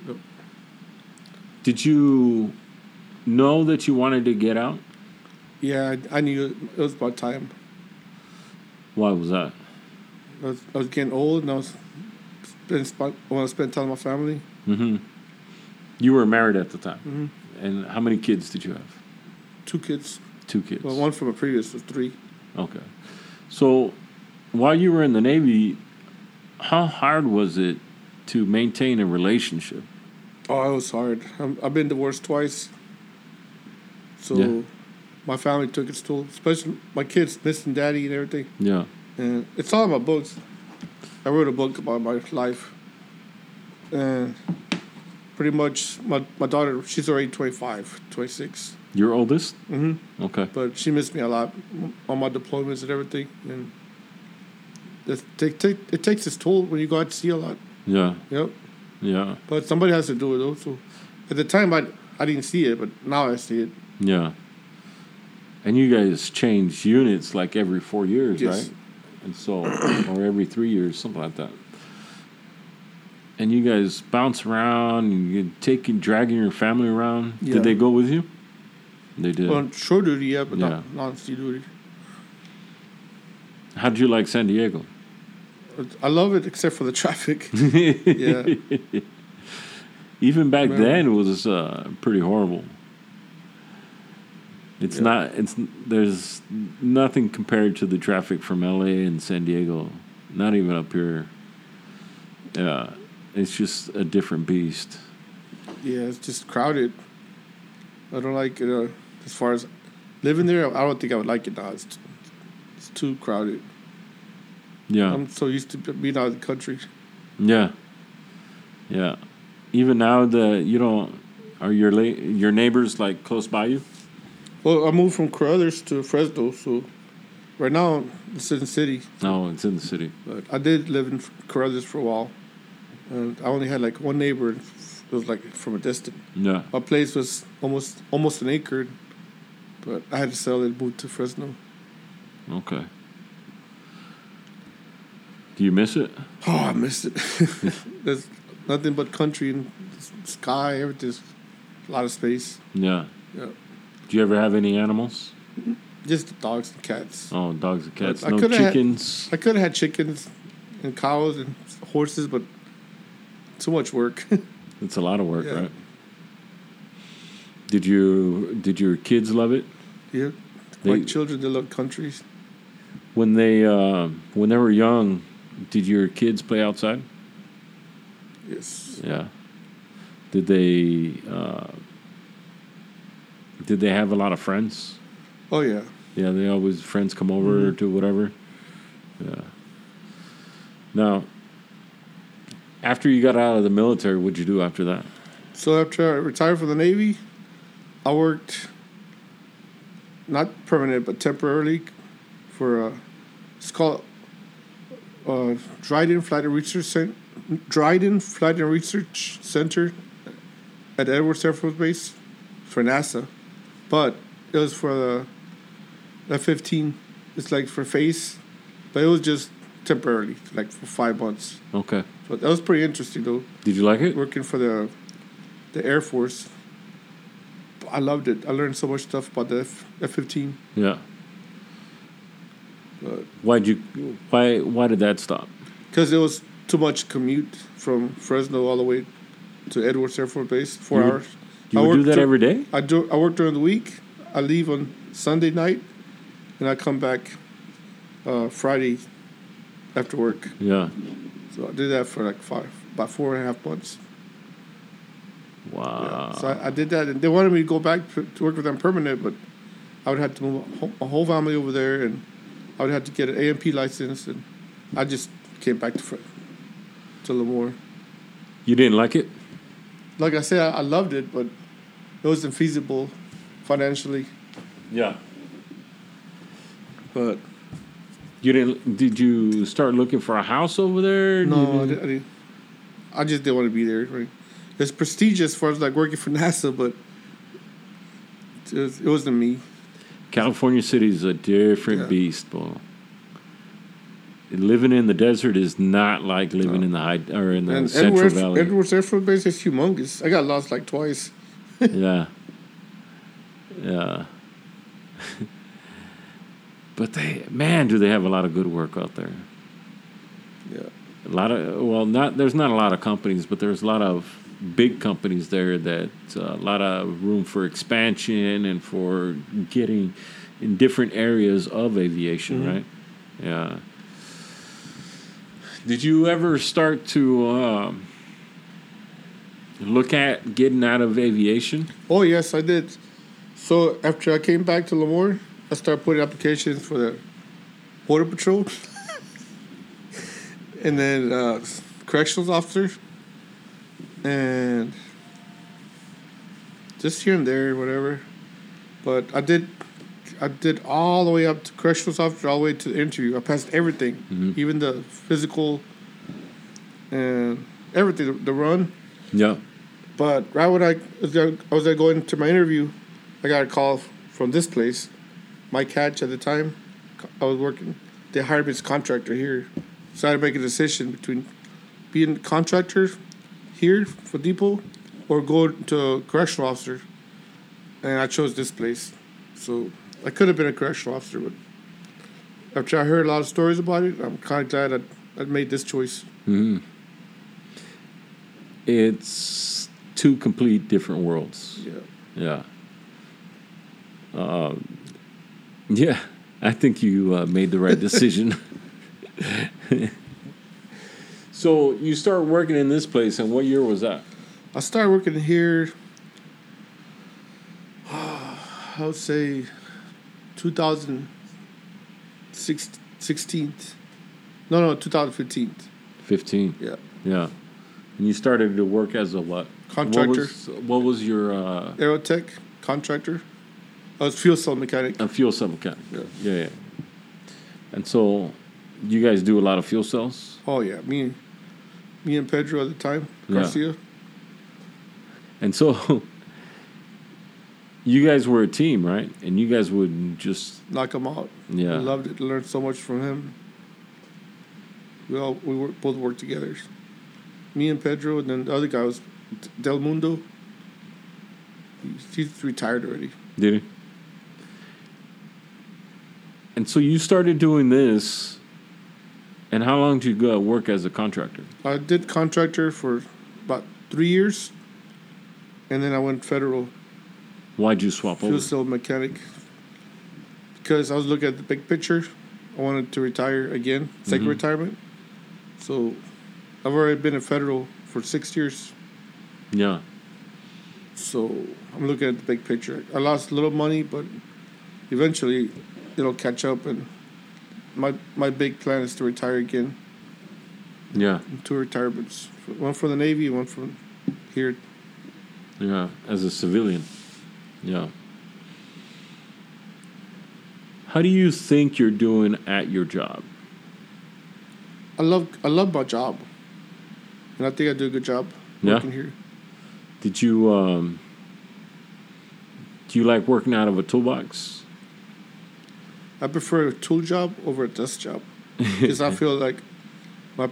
S2: Yep.
S1: Did you know that you wanted to get out?
S2: Yeah, I, I knew it was about time.
S1: Why was that?
S2: I was, I was getting old, and I was spend, spot, I want to spend time with my family.
S1: Mm-hmm. You were married at the time. And how many kids did you have?
S2: Two kids,
S1: Two kids.
S2: well, one from a previous was three.
S1: Okay. So while you were in the Navy, how hard was it to maintain a relationship?
S2: Oh, it was hard. I'm, I've been divorced twice, so
S1: Yeah.
S2: my family took its toll. Especially my kids missing daddy and everything.
S1: Yeah.
S2: And it's all in my books. I wrote a book about my life, and pretty much my my daughter. She's already 25, 26.
S1: Your oldest?
S2: Mm-hmm.
S1: Okay.
S2: but she missed me a lot on my deployments and everything. And it, take, take, it takes its toll when you go out to sea a lot.
S1: Yeah.
S2: Yep.
S1: Yeah.
S2: But somebody has to do it also. At the time, I, I didn't see it, but now I see it.
S1: Yeah. And you guys change units like every four years,
S2: Yes.
S1: right? And so, or every three years, something like that. And you guys bounce around and you taking, dragging your family around.
S2: Yeah.
S1: Did they go with you? They did.
S2: On shore duty, yeah, but not,
S1: Yeah.
S2: not on sea duty.
S1: How'd you like San Diego?
S2: I love it except for the traffic. yeah.
S1: Even back
S2: Well-
S1: then, it was uh, pretty horrible. It's
S2: Yeah.
S1: not. It's there's nothing compared to the traffic from LA and San Diego. Not even up here. Uh, it's just a different beast.
S2: Yeah, it's just crowded. I don't like it. Uh, as far as living there, I don't think I would like it now. It's, t- it's too crowded.
S1: Yeah.
S2: I'm so used to b- being out of the country.
S1: Yeah. Yeah. Even now the you don't are your la- your neighbors like close by you?
S2: Well, I moved from Carruthers to Fresno, so right now it's in the city.
S1: No, it's in the city.
S2: But I did live in Carruthers for a while, and I only had like one neighbor. and It was like from a distance.
S1: Yeah.
S2: My place was almost almost an acre, but I had to sell it and move to Fresno.
S1: Okay. Do you miss it?
S2: Oh, I missed it. There's nothing but country and s- sky. Everything's a lot of space.
S1: Yeah.
S2: Yeah.
S1: Do you ever have any animals?
S2: Just the dogs and cats.
S1: Oh, dogs and cats.
S2: I
S1: no
S2: coulda had-
S1: chickens.
S2: I could have had chickens and cows and horses, but too much work.
S1: It's a lot of work,
S2: Yeah.
S1: right? Did you did your kids love it?
S2: yeah.
S1: They-
S2: like children, they love countries.
S1: When they uh, when they were young, did your kids play outside?
S2: Yes.
S1: Yeah. Did they uh, did they have a lot of friends?
S2: Oh, yeah.
S1: Yeah, they always friends come over or do whatever. Yeah. Now, after you got out of the military, what'd you do after that?
S2: So after I retired from the Navy, I worked not permanent but temporarily for a it's called uh, Dryden Flight and Research Center, Dryden Flight and Research Center at Edwards Air Force Base for NASA, but it was for the F-15. It's like for face, E, but it was just temporarily, like for five months.
S1: Okay.
S2: But that was pretty interesting though
S1: Did you like it?
S2: working for the the Air Force. I loved it. I learned so much stuff about the F fifteen.
S1: Yeah.
S2: But-
S1: Why'd you why why did that stop?
S2: because it was too much commute from Fresno all the way to Edwards Air Force Base, four
S1: You would-
S2: hours.
S1: You
S2: I
S1: would do
S2: worked
S1: that
S2: dur-
S1: every day?
S2: I do. I work during the week. I leave on Sunday night, and I come back uh, Friday after work.
S1: Yeah.
S2: So I did that for like five, about four and a half months.
S1: Wow.
S2: So I, I did that, and they wanted me to go back p- to work with them permanent, but I would have to move a whole, a whole family over there, and I would have to get an AMP license, and I just came back to Fre- to Lemoore.
S1: You didn't like it?
S2: Like I said, I, I loved it, but it wasn't feasible financially.
S1: Yeah.
S2: But
S1: You didn't did you start looking for a house over there?
S2: no, I,
S1: You
S2: did, I, didn't, I just didn't want to be there. Right? It's prestigious as far as like working for NASA, but it, was, it wasn't me.
S1: California City is a different
S2: Yeah.
S1: beast, bro. Living in the desert is not like living in the high or in the
S2: And
S1: Central
S2: Edwards,
S1: Valley.
S2: Edwards Air Force Base is humongous. I got lost like twice.
S1: Yeah, yeah. but they, man, do they have a lot of good work out there?
S2: Yeah.
S1: A lot of well, not there's not a lot of companies, but there's a lot of big companies there that uh, a lot of room for expansion and for getting in different areas of aviation, right? Yeah. Did you ever start to um, look at getting out of aviation?
S2: Oh yes, I did. So after I came back to Lemoore, I started putting applications for the border patrol, and then uh, corrections officer, and just here and there, whatever. But I did, I did all the way up to corrections officer, all the way to the interview. I passed everything, even the physical, and everything, the, the run.
S1: Yeah.
S2: But right when I was gonna, I was gonna go into my interview, I got a call f- from this place, my catch at the time. co- I was working. They hired me as a contractor here, so I had to make a decision between being a contractor here for depot or go to correctional officer. And I chose this place, so I could have been a correctional officer, but after I heard a lot of stories about it, I'm kind of glad I, I made this choice.
S1: It's two complete different worlds.
S2: Yeah.
S1: Yeah. Um, yeah, I think you uh, made the right decision. So you start working in this place, and what year was that?
S2: I started working here. I would say 2016. No, no, 2015.
S1: Fifteen.
S2: Yeah.
S1: Yeah. And you started to work as a what? What
S2: Contractor.
S1: was, what was your uh,
S2: Aerotech contractor. I was fuel cell mechanic.
S1: a fuel cell mechanic?
S2: Yeah.
S1: yeah, yeah. And so, you guys do a lot of fuel cells.
S2: Oh yeah, me and me and Pedro at the time,
S1: Yeah.
S2: Garcia.
S1: And so you guys were a team, right? And you guys would just
S2: knock him out.
S1: yeah.
S2: We loved it. Learned so much from him. We all we were, both worked together. Me and Pedro, and then the other guy was Del Mundo. He's, he's retired already.
S1: Did he? And so you started doing this. And how long did you go work as a contractor?
S2: I did contractor for about three years, and then I went federal
S1: Why'd you swap
S2: fuel
S1: over?
S2: cell mechanic because I was looking at the big picture. I wanted to retire again, 2nd retirement. So I've already been in federal for six years.
S1: Yeah.
S2: So I'm looking at the big picture. I lost a little money, but eventually it'll catch up. And my my big plan is to retire again.
S1: Yeah.
S2: Two retirements, one from the Navy, one from here.
S1: Yeah. As a civilian. Yeah. How do you think you're doing at your job?
S2: I love I love my job, and I think I do a good job
S1: Yeah.
S2: working here.
S1: Did you um do you like working out of a toolbox?
S2: I prefer a tool job over a desk job because I feel like my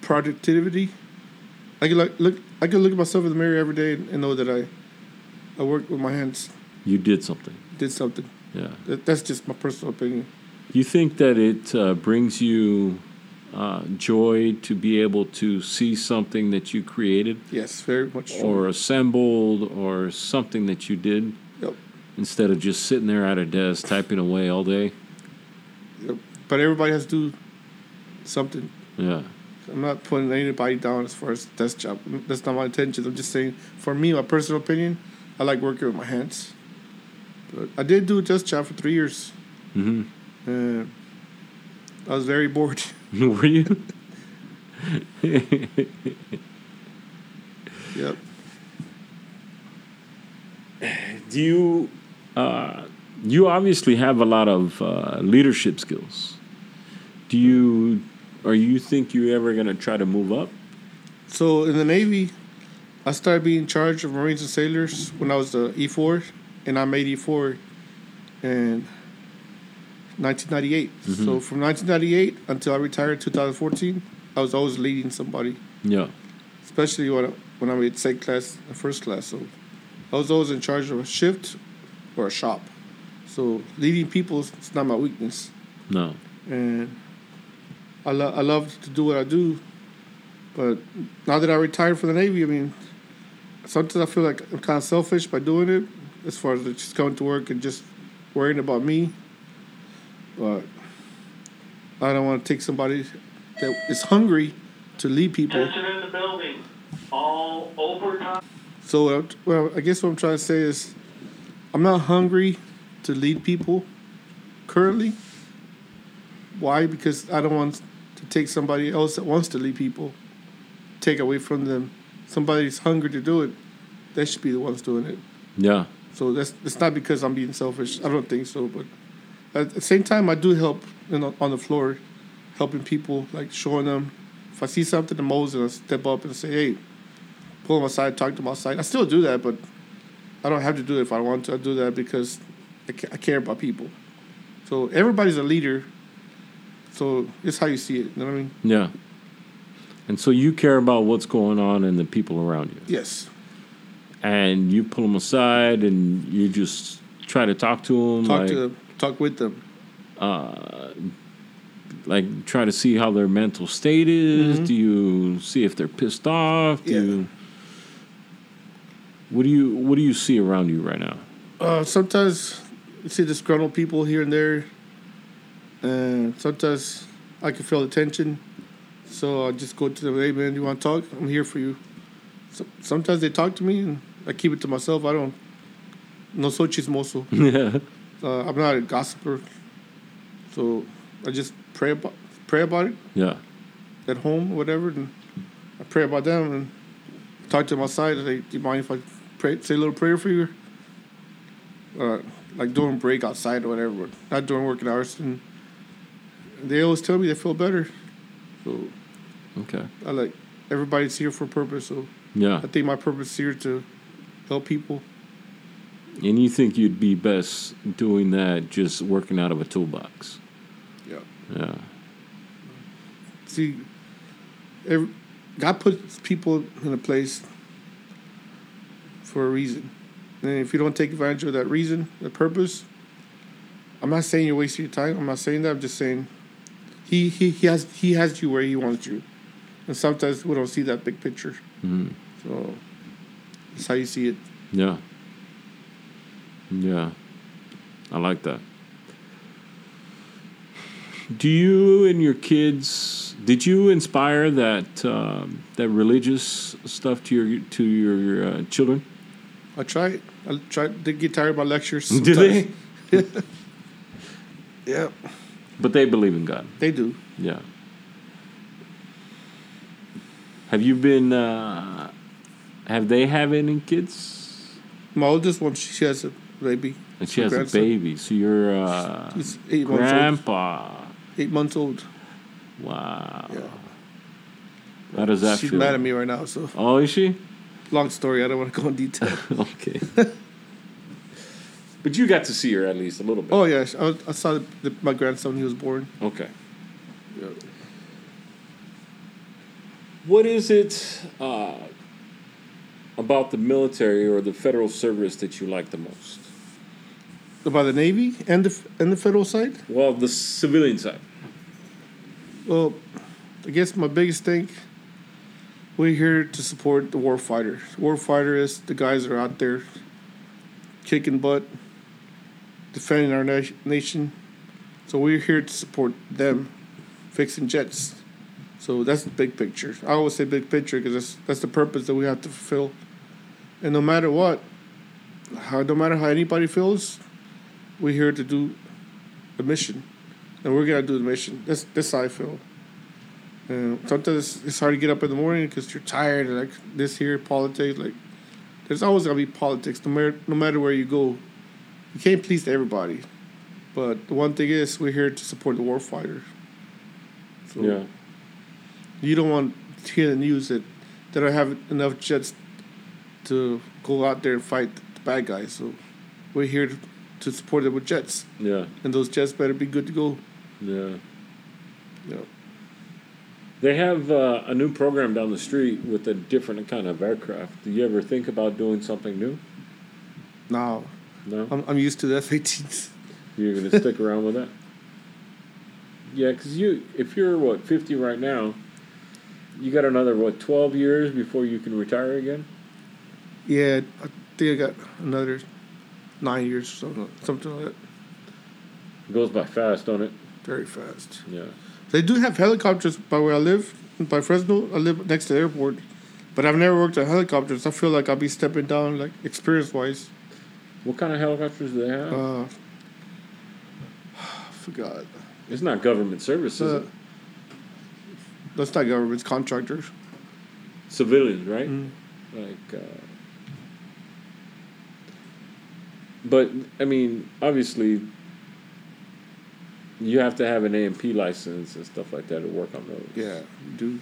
S2: productivity. I can like look. I can look at myself in the mirror every day and know that I, I worked with my hands,
S1: You did something.
S2: did something.
S1: Yeah.
S2: That, that's just my personal opinion.
S1: You think that it uh, brings you uh, joy to be able to see something that you created
S2: Yes, very much.
S1: or assembled or something that you did
S2: Yep,
S1: instead of just sitting there at a desk typing away all day?
S2: yep. But everybody has to do something.
S1: Yeah.
S2: I'm not putting anybody down as far as desk job. That's not my intention. I'm just saying, for me, my personal opinion, I like working with my hands. But I did do a desk job for three years.
S1: hmm
S2: Uh, I was very bored.
S1: Were you?
S2: yep.
S1: Do you? Uh, you obviously have a lot of uh, leadership skills. Do you? Or you think you ever going to try to move up?
S2: So in the Navy, I started being in charge of Marines and sailors when I was the E four, and I made E four in 1998. So from 1998 until I retired 2014, I was always leading somebody,
S1: Yeah.
S2: especially when I, when I made second class and first class. So I was always in charge of a shift or a shop. So leading people is is not my weakness.
S1: No.
S2: and I, lo- I love to do what I do. But now that I retired from the Navy, I mean, sometimes I feel like I'm kind of selfish by doing it, as far as just going to work and just worrying about me. But I don't want to take somebody that is hungry to lead people.
S3: Attention in the building. All overtime.
S2: So what I'm- well, I guess what I'm trying to say is, I'm not hungry to lead people currently. Why? Because I don't want to take somebody else that wants to lead people, take away from them. Somebody's hungry to do it. They should be the ones doing it.
S1: Yeah.
S2: So that's it's not because I'm being selfish. I don't think so. But at the same time, I do help you know, on the floor, helping people, like showing them. If I see something that mows, and I step up and say, "Hey," pull them aside, talk to them outside. I still do that, but I don't have to do it if I want to. I do that because I, ca- I care about people. So everybody's a leader. So it's how you see it. You know what I mean?
S1: Yeah. And so you care about what's going on and the people around you.
S2: Yes.
S1: And you pull them aside and you just try to talk to them.
S2: Talk
S1: like,
S2: to them. Talk with them.
S1: Like, try to see how their mental state is. Do you see if they're pissed off? Do
S2: Mm-hmm. Yeah.
S1: you. What do you What do you see around you right now?
S2: Uh, sometimes you see disgruntled people here and there, and sometimes I can feel the tension. So I just go to them, hey man, you want to talk? I'm here for you. So, sometimes they talk to me and I keep it to myself. I don't. No soy chismoso.
S1: Yeah.
S2: Uh, I'm not a gossiper. So I just pray about pray about it
S1: Yeah.
S2: at home, whatever, and I pray about them and talk to them outside. Like, do you mind if I pray, say a little prayer for you? Uh, like during break outside or whatever, but not during working hours. And they always tell me they feel better. So
S1: Okay.
S2: I like everybody's here for a purpose. So
S1: Yeah.
S2: I think my purpose here to help people.
S1: And you think you'd be best doing that just working out of a toolbox?
S2: Yeah.
S1: Yeah.
S2: See, every, God puts people in a place for a reason. And if you don't take advantage of that reason, the purpose, I'm not saying you're wasting your time. I'm not saying that. I'm just saying he, he, he has he has you where he wants you. And sometimes we don't see that big picture.
S1: Mhm.
S2: So that's how you see it.
S1: Yeah. Yeah. I like that. Do you and your kids did you inspire that um, that religious stuff to your to your uh, children?
S2: I try. I try. They get tired of my lectures.
S1: Do they?
S2: Yeah,
S1: But they believe in God.
S2: they do.
S1: Yeah. Have you been? Uh, have they have any kids?
S2: My oldest one, she has a baby.
S1: And she
S2: My
S1: has
S2: grandson.
S1: a baby. So you're uh,
S2: He's eight months
S1: grandpa.
S2: old. Eight months old.
S1: Wow.
S2: Yeah.
S1: How does that
S2: She's
S1: feel?
S2: mad at me right now, so
S1: Oh, is she?
S2: long story. I don't want to go in detail.
S1: okay. but you got to see her at least a little bit.
S2: oh yeah, I, was- I saw the, my grandson. He was born.
S1: Okay. What is it uh, about the military or the federal service that you like the most?
S2: About the Navy and the f- and the federal side.
S1: Well, the civilian side.
S2: Well, I guess my biggest thing. We're here to support the war fighter. War fighter is the guys that are out there kicking butt, defending our nat- nation. So we're here to support them, fixing jets. So that's the big picture. I always say big picture because that's that's the purpose that we have to fulfill. And no matter what, how no matter how anybody feels, we're here to do the mission, and we're gonna do the mission. That's that's how I feel. And sometimes it's hard to get up in the morning because you're tired. and Like this here politics, like there's always gonna be politics. No matter no matter where you go, you can't please everybody. But the one thing is, we're here to support the warfighter. So
S1: Yeah.
S2: you don't want to hear the news that they don't have enough jets to go out there and fight the bad guys. So we're here to, to support them with jets,
S1: Yeah.
S2: and those jets better be good to go.
S1: Yeah.
S2: You know.
S1: They have uh, a new program down the street with a different kind of aircraft. Do you ever think about doing something new?
S2: Now
S1: No.
S2: I'm I'm used to the F-18s.
S1: You're going to stick around with that? Yeah, because you, if you're what 50 right now, you got another what 12 years before you can retire again.
S2: Yeah, I think I got another nine years or something, something like that.
S1: It goes by fast, don't it?
S2: Very fast.
S1: Yeah.
S2: They do have helicopters by where I live, by Fresno. I live next to the airport, but I've never worked on helicopters. I feel like I'll be stepping down, like experience wise.
S1: What kind of helicopters do they have?
S2: Uh, I forgot.
S1: it's not government service, is
S2: Uh,
S1: it?
S2: that's not government. It's contractors.
S1: Civilians, right?
S2: Mm.
S1: Like. Uh, but I mean, obviously, you have to have an AMP license and stuff like that to work on those.
S2: Yeah, you do.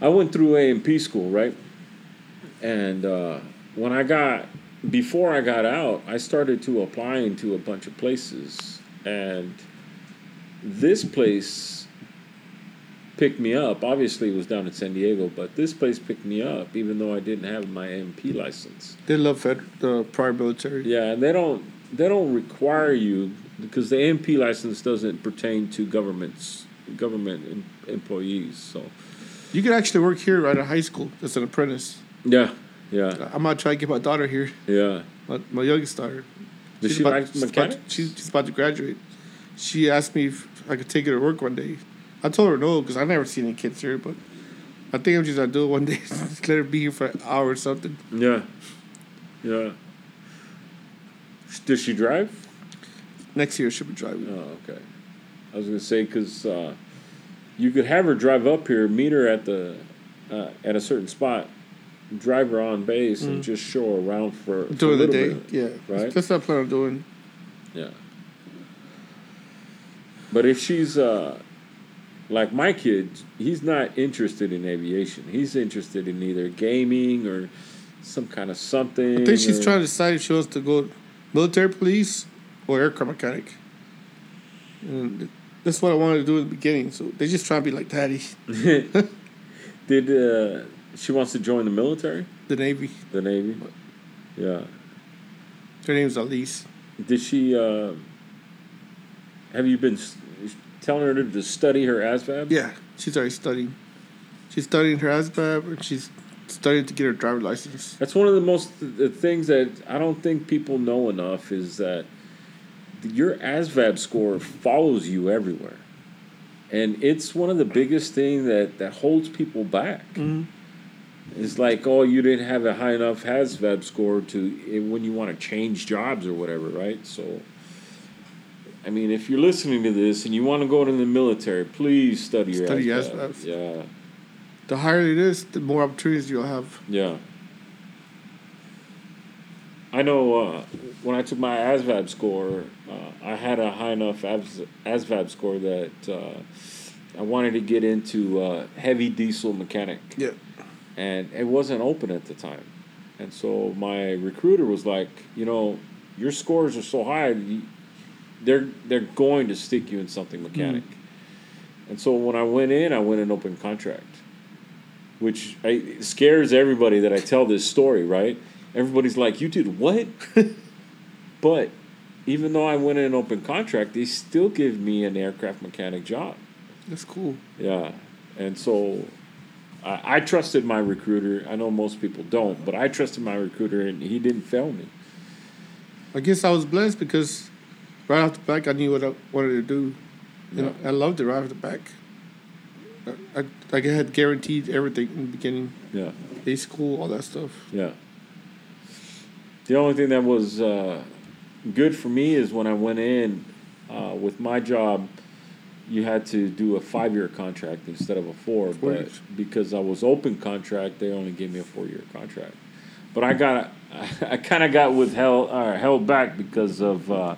S1: I went through A and P school, right? And uh, when I got before I got out, I started to applying to a bunch of places, and this place picked me up. Obviously, it was down in San Diego, but this place picked me up, even though I didn't have my AMP license.
S2: They love fed, the prior military.
S1: Yeah, and they don't they don't require you because the AMP license doesn't pertain to governments government em- employees. So
S2: You can actually work here right at high school as an apprentice.
S1: yeah, yeah,
S2: I'm not trying to get my daughter here.
S1: yeah.
S2: My, my youngest daughter.
S1: Does
S2: She's
S1: she
S2: about-
S1: like
S2: she's about,
S1: mechanics?
S2: she's, she's about to graduate. She asked me if I could take her to work one day. I told her no because I never seen any kids here, but I think I'm just gonna do it one day. Just let her be here for an hour or something.
S1: Yeah. Yeah. Does she drive?
S2: Next year she'll be driving.
S1: Oh, okay. I was gonna say because uh, you could have her drive up here, meet her at the uh, at a certain spot, drive her on base, and just show her around for for a
S2: Mm. During the
S1: little
S2: day,
S1: bit.
S2: yeah.
S1: right?
S2: That's what I plan on doing.
S1: Yeah. But if she's uh, like my kid, he's not interested in aviation. He's interested in either gaming or some kind of something.
S2: I uh, think she's
S1: or-
S2: trying to decide if she wants to go military police or aircraft mechanic. And that's what I wanted to do in the beginning. So they just trying to be like daddy,
S1: Did uh, she wants to join the military,
S2: the Navy.
S1: the navy? Yeah.
S2: Her name's Elise.
S1: Did she? Uh, have you been s- telling her to, to study her ASVAB?
S2: Yeah, she's already studying. She's studying her ASVAB and she's studying to get her driver's license.
S1: That's one of the most the things that I don't think people know enough is that your ASVAB score follows you everywhere, and it's one of the biggest thing that that holds people back. It's like, oh, you didn't have a high enough ASVAB score to eh, when you want to change jobs or whatever, right? So. I mean, if you're listening to this and you want to go into the military, please study your
S2: Study your
S1: ASVAB.
S2: ASVABs.
S1: Yeah,
S2: The higher it is, the more opportunities you'll have.
S1: yeah. I know uh, when I took my ASVAB score, uh, I had a high enough abs- ASVAB score that uh, I wanted to get into uh, heavy diesel mechanic.
S2: Yeah.
S1: And it wasn't open at the time. And so my recruiter was like, you know, your scores are so high, you- they're, they're going to stick you in something mechanic. And so when I went in, I went in open contract which I, it scares everybody that I tell this story, right? Everybody's like, "You did what?" but even though I went in an open contract, they still give me an aircraft mechanic job.
S2: That's cool.
S1: Yeah, and so I, I trusted my recruiter. I know most people don't, but I trusted my recruiter, and he didn't fail me.
S2: I guess I was blessed because right off the back, I knew what I wanted to do. You know, I loved it right off the back. I, I, like I had guaranteed everything in the beginning,
S1: Yeah,
S2: day school, all that stuff.
S1: yeah. The only thing that was uh, good for me is when I went in uh, with my job. you had to do a five year contract instead of a four,
S2: Four
S1: but
S2: years.
S1: because I was open contract, they only gave me a four year contract. But I got I kind of got withheld or held back because of uh,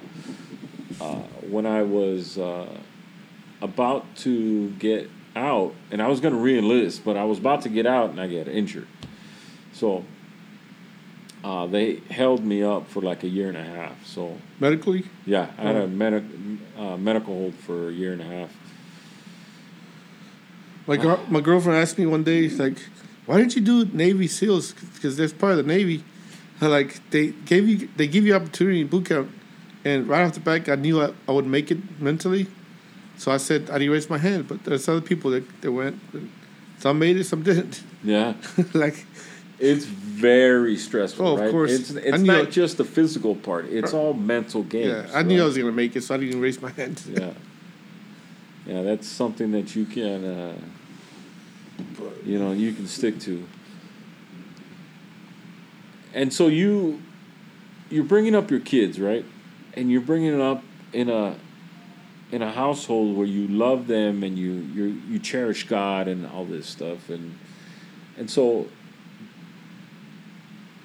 S1: uh, when I was uh, about to get out, and I was going to reenlist, but I was about to get out, and I got injured, so. Uh, they held me up for like a year and a half, so
S2: Medically,
S1: yeah, I
S2: Oh.
S1: had a medi- uh, medical hold for a year and a half.
S2: like her, my girlfriend asked me one day, she's like, "Why didn't you do Navy SEALs? Because that's part of the Navy." I like they gave you they give you opportunity in boot camp, and right off the back, I knew I, I would make it mentally, so I said I'd raise my hand. But there's other people that that went, some made it, some didn't.
S1: Yeah,
S2: like
S1: it's very stressful.
S2: Oh, of
S1: right?
S2: course.
S1: It's,
S2: I
S1: it's
S2: knew-
S1: not just the physical part; it's all mental games.
S2: yeah, I knew I
S1: right?
S2: was gonna make it, so I didn't even raise my hand.
S1: Yeah, yeah, that's something that you can, uh, you know, you can stick to. And so you, you're bringing up your kids, right? And you're bringing it up in a, in a household where you love them and you you you cherish God and all this stuff and, and so.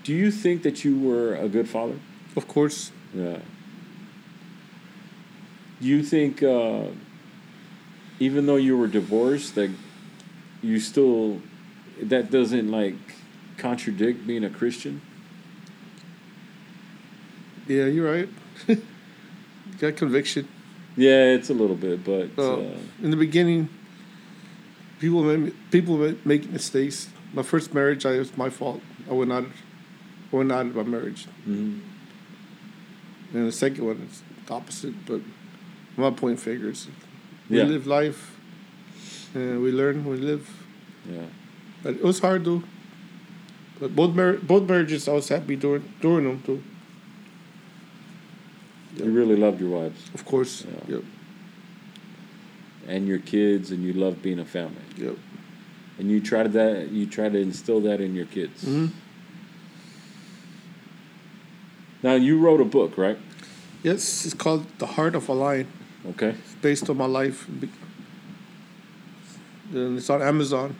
S1: Do you think that you were a good father?
S2: Of course,
S1: Yeah. Do you think, uh, even though you were divorced, that you still that doesn't like contradict being a Christian?
S2: yeah, you're right. Got conviction.
S1: Yeah, it's a little bit, but
S2: So
S1: uh,
S2: in the beginning, people made, people ma- make mistakes. My first marriage, I, it was my fault. I went out, I went out of my marriage. And the second one is the opposite. But my point figures. We
S1: Yeah.
S2: live life, and we learn. We live.
S1: yeah,
S2: But it was hard though. But both mar- both marriages, I was happy during during them too.
S1: you really loved your wives.
S2: Of course.
S1: Yeah.
S2: Yep.
S1: and your kids and you love being a family.
S2: Yep.
S1: And you try to that you try to instill that in your kids. Now you wrote a book, right?
S2: Yes, it's called The Heart of a Lion,
S1: Okay.
S2: It's based on my life. Be- And it's on Amazon.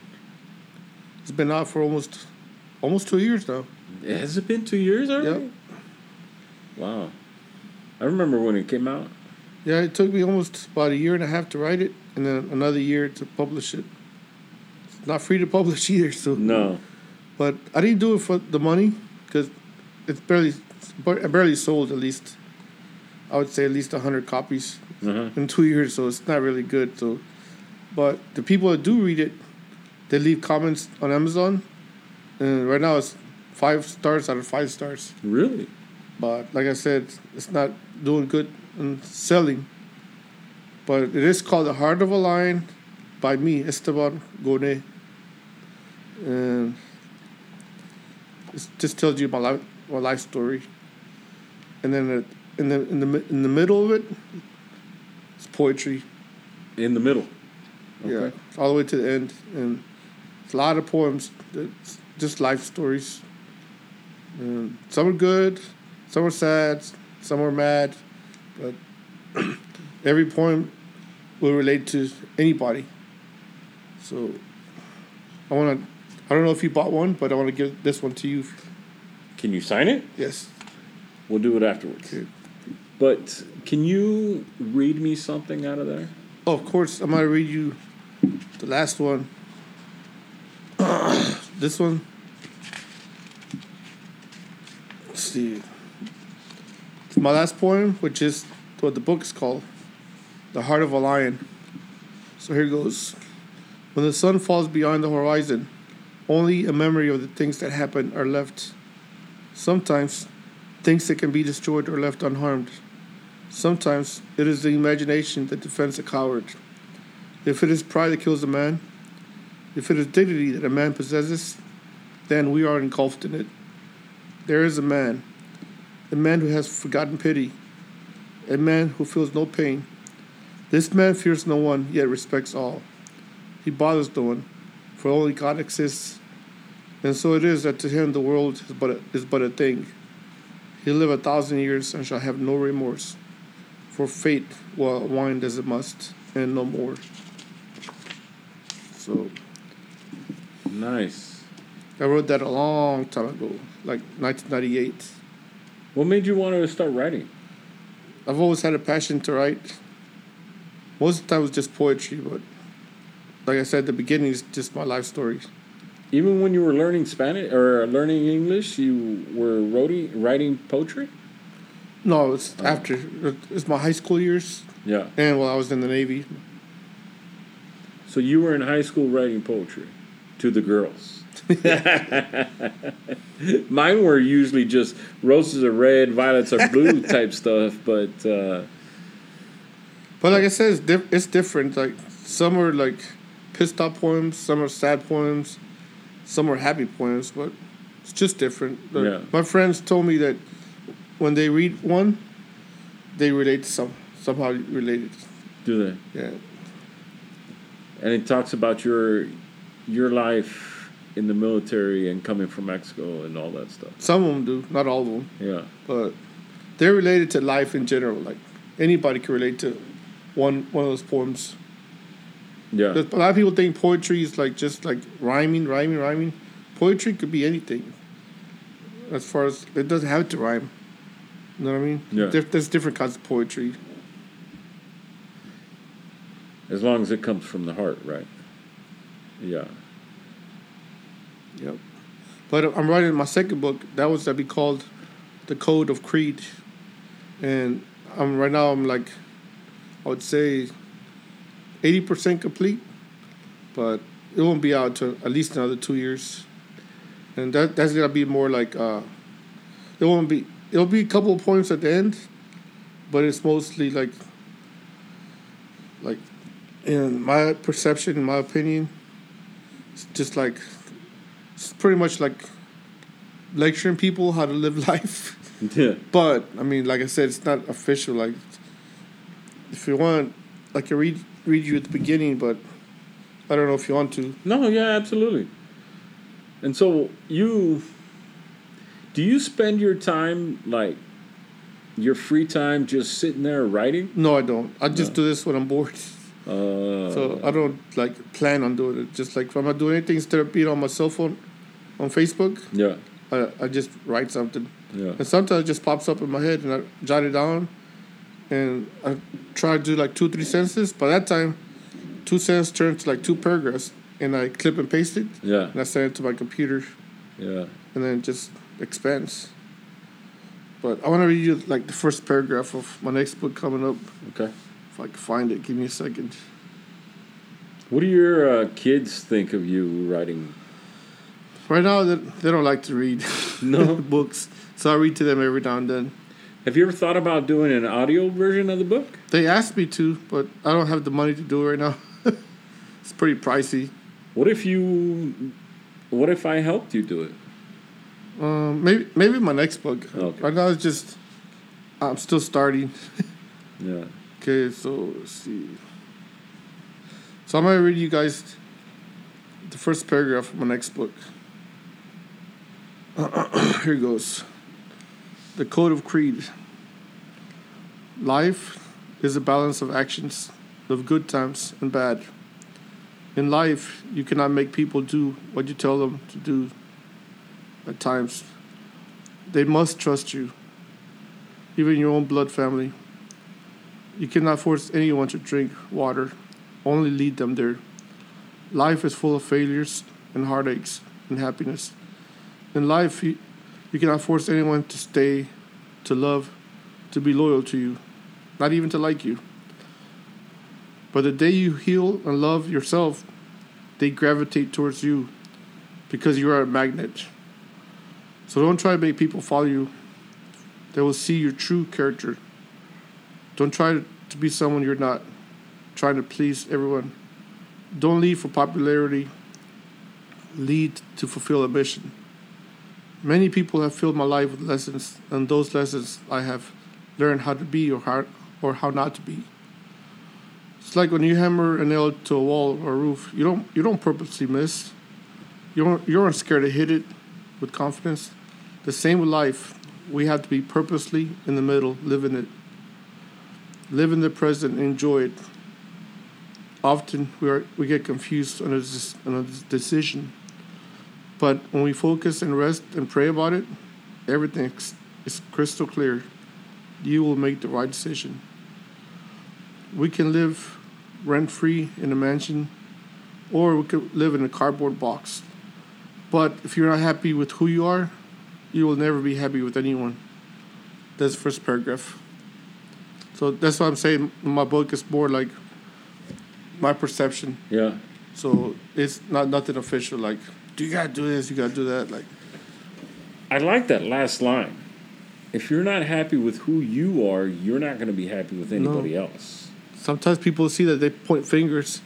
S2: It's been out for almost almost two years now.
S1: Has it been two years already?
S2: Yep.
S1: Wow. I remember when it came out.
S2: Yeah, it took me almost about a year and a half to write it, and then another year to publish it. It's not free to publish either, so.
S1: No.
S2: But I didn't do it for the money, because it's barely, I barely sold at least. I would say at least hundred copies
S1: Uh-huh.
S2: in two years, so it's not really good. So, but the people that do read it, they leave comments on Amazon, and right now it's five stars out of five stars.
S1: Really?
S2: But like I said, it's not doing good in selling. But it is called The Heart of a Lion by me, Esteban Gone. And it just tells you my life, my life story. And then it, in the in the mi- in the middle of it, it's poetry.
S1: In the middle.
S2: Yeah,
S1: Okay.
S2: all the way to the end, and it's a lot of poems. It's just life stories. And some are good, some are sad, some are mad, but every poem will relate to anybody. So I want to. I don't know if you bought one, but I want to give this one to you.
S1: Can you sign it?
S2: Yes.
S1: We'll do it afterwards.
S2: Okay.
S1: But can you read me something out of there?
S2: Oh, of course, I'm gonna read you the last one. this one. Let's see. It's my last poem, which is what the book is called The Heart of a Lion. So here goes. When the sun falls beyond the horizon, only a memory of the things that happened are left. Sometimes, things that can be destroyed are left unharmed. Sometimes it is the imagination that defends a coward. If it is pride that kills a man, if it is dignity that a man possesses, then we are engulfed in it. There is a man, a man who has forgotten pity, a man who feels no pain. This man fears no one, yet respects all. He bothers no one, for only God exists. And so it is that to him the world is but a, is but a thing. He'll live a thousand years and shall have no remorse, for fate will wind as it must, and no more. So
S1: Nice.
S2: I wrote that a long time ago, like 1998.
S1: What made you want to start writing?
S2: I've always had a passion to write. Most of the time it was just poetry, but like I said, the beginning is just my life story.
S1: Even when you were learning Spanish or learning English, you were writing, writing poetry?
S2: No, it's after. It's my high school years,
S1: Yeah.
S2: and while I was in the Navy.
S1: So you were in high school writing poetry to the girls. Mine were usually just roses are red, violets are blue type stuff, but uh,
S2: But like I said, it's, diff- it's different. Like some are like pissed off poems, some are sad poems, some are happy poems. But it's just different. Like,
S1: Yeah.
S2: My friends told me that when they read one, they relate to some somehow related.
S1: do that.
S2: Yeah,
S1: And it talks about your your life in the military and coming from Mexico and all that stuff.
S2: some of them do, not all of them,
S1: Yeah.
S2: but they're related to life in general. Like anybody can relate to one one of those poems.
S1: Yeah.
S2: But A lot of people think poetry is like just like rhyming, rhyming, rhyming. Poetry could be anything. As far as it doesn't have to rhyme. You know what I mean?
S1: Yeah.
S2: Dif- there's different kinds of poetry.
S1: As long as it comes from the heart, right? Yeah.
S2: Yep. But I'm writing my second book. That was to be called The Code of Creed. And I'm right now I'm like I would say eighty percent complete. But it won't be out to at least another two years. And that that's gonna be more like uh it won't be it'll be a couple of points at the end, but it's mostly like like in my perception, in my opinion, it's just like it's pretty much like lecturing people how to live life.
S1: Yeah.
S2: But I mean, like I said, it's not official. Like, if you want I can read read you at the beginning, but I don't know if you want to.
S1: No, yeah, absolutely. And so you do you spend your time like your free time just sitting there writing?
S2: No, I don't. I just
S1: No.
S2: do this when I'm bored.
S1: Uh,
S2: So I don't like plan on doing it. Just like if I'm not doing anything instead of being on my cell phone, on Facebook,
S1: yeah,
S2: I, I just write something.
S1: yeah,
S2: And sometimes it just pops up in my head and I jot it down and I try to do like two, three sentences. By that time, two sentences turn to like two paragraphs and I clip and paste it
S1: yeah,
S2: and I send it to my computer
S1: yeah.
S2: and then it just expands. But I want to read you like the first paragraph of my next book coming up.
S1: Okay.
S2: If I can find it, give me a second.
S1: What do your uh, kids think of you writing?
S2: Right now, they, they don't like to read
S1: No.
S2: books, so I read to them every now and then.
S1: Have you ever thought about doing an audio version of the book?
S2: They asked me to, but I don't have the money to do it right now. it's pretty pricey.
S1: What if you? What if I helped you do it?
S2: Um, maybe maybe my next book.
S1: Okay.
S2: Right now, it's just I'm still starting.
S1: Yeah.
S2: Okay, so let's see. So I'm gonna read you guys the first paragraph of my next book. Here goes. The Code of Creed. Life is a balance of actions, of good times and bad. In life, you cannot make people do what you tell them to do at times. They must trust you, even your own blood family. You cannot force anyone to drink water, only lead them there. Life is full of failures and heartaches and happiness. In life, you, you cannot force anyone to stay, to love, to be loyal to you, not even to like you. But the day you heal and love yourself, they gravitate towards you because you are a magnet. So don't try to make people follow you, they will see your true character. Don't try to be someone you're not. Trying to please everyone. Don't lead for popularity. Lead to fulfill a mission. Many people have filled my life with lessons, and those lessons I have learned how to be or how, or how not to be. It's like when you hammer a nail to a wall or a roof. You don't you don't purposely miss. You aren't, you aren't scared to hit it with confidence. The same with life. We have to be purposely in the middle, living it. Live in the present and enjoy it. Often we are we get confused on a, dec- on a decision, but when we focus and rest and pray about it, everything is- is crystal clear. You will make the right decision. We can live rent free in a mansion, or we could live in a cardboard box. But if you're not happy with who you are, you will never be happy with anyone. That's the first paragraph. So that's why I'm saying my book is more like my perception.
S1: Yeah.
S2: So it's not nothing official. Like, do you gotta do this? You gotta do that? Like,
S1: I like that last line. If you're not happy with who you are, you're not going to be happy with anybody else.
S2: sometimes people see that they point fingers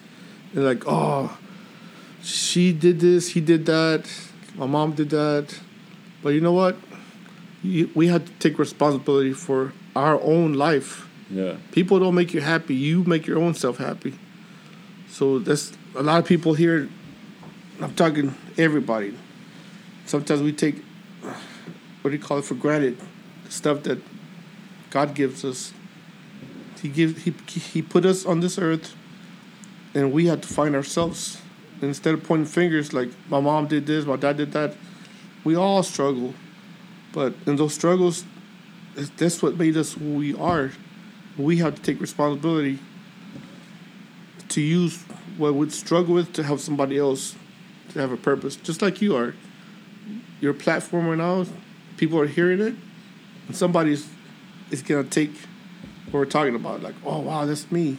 S2: and like, oh, she did this, he did that, my mom did that. But you know what? You, we have to take responsibility for our own life.
S1: Yeah.
S2: people don't make you happy you make your own self happy so that's a lot of people here i'm talking everybody sometimes we take what do you call it for granted stuff that god gives us he gives he, he put us on this earth and we had to find ourselves instead of pointing fingers like my mom did this my dad did that we all struggle but in those struggles that's- that's what made us who we are we have to take responsibility to use what we struggle with to help somebody else to have a purpose, just like you are. Your platform right now, people are hearing it, and somebody's is gonna take what we're talking about. Like, oh wow, that's me.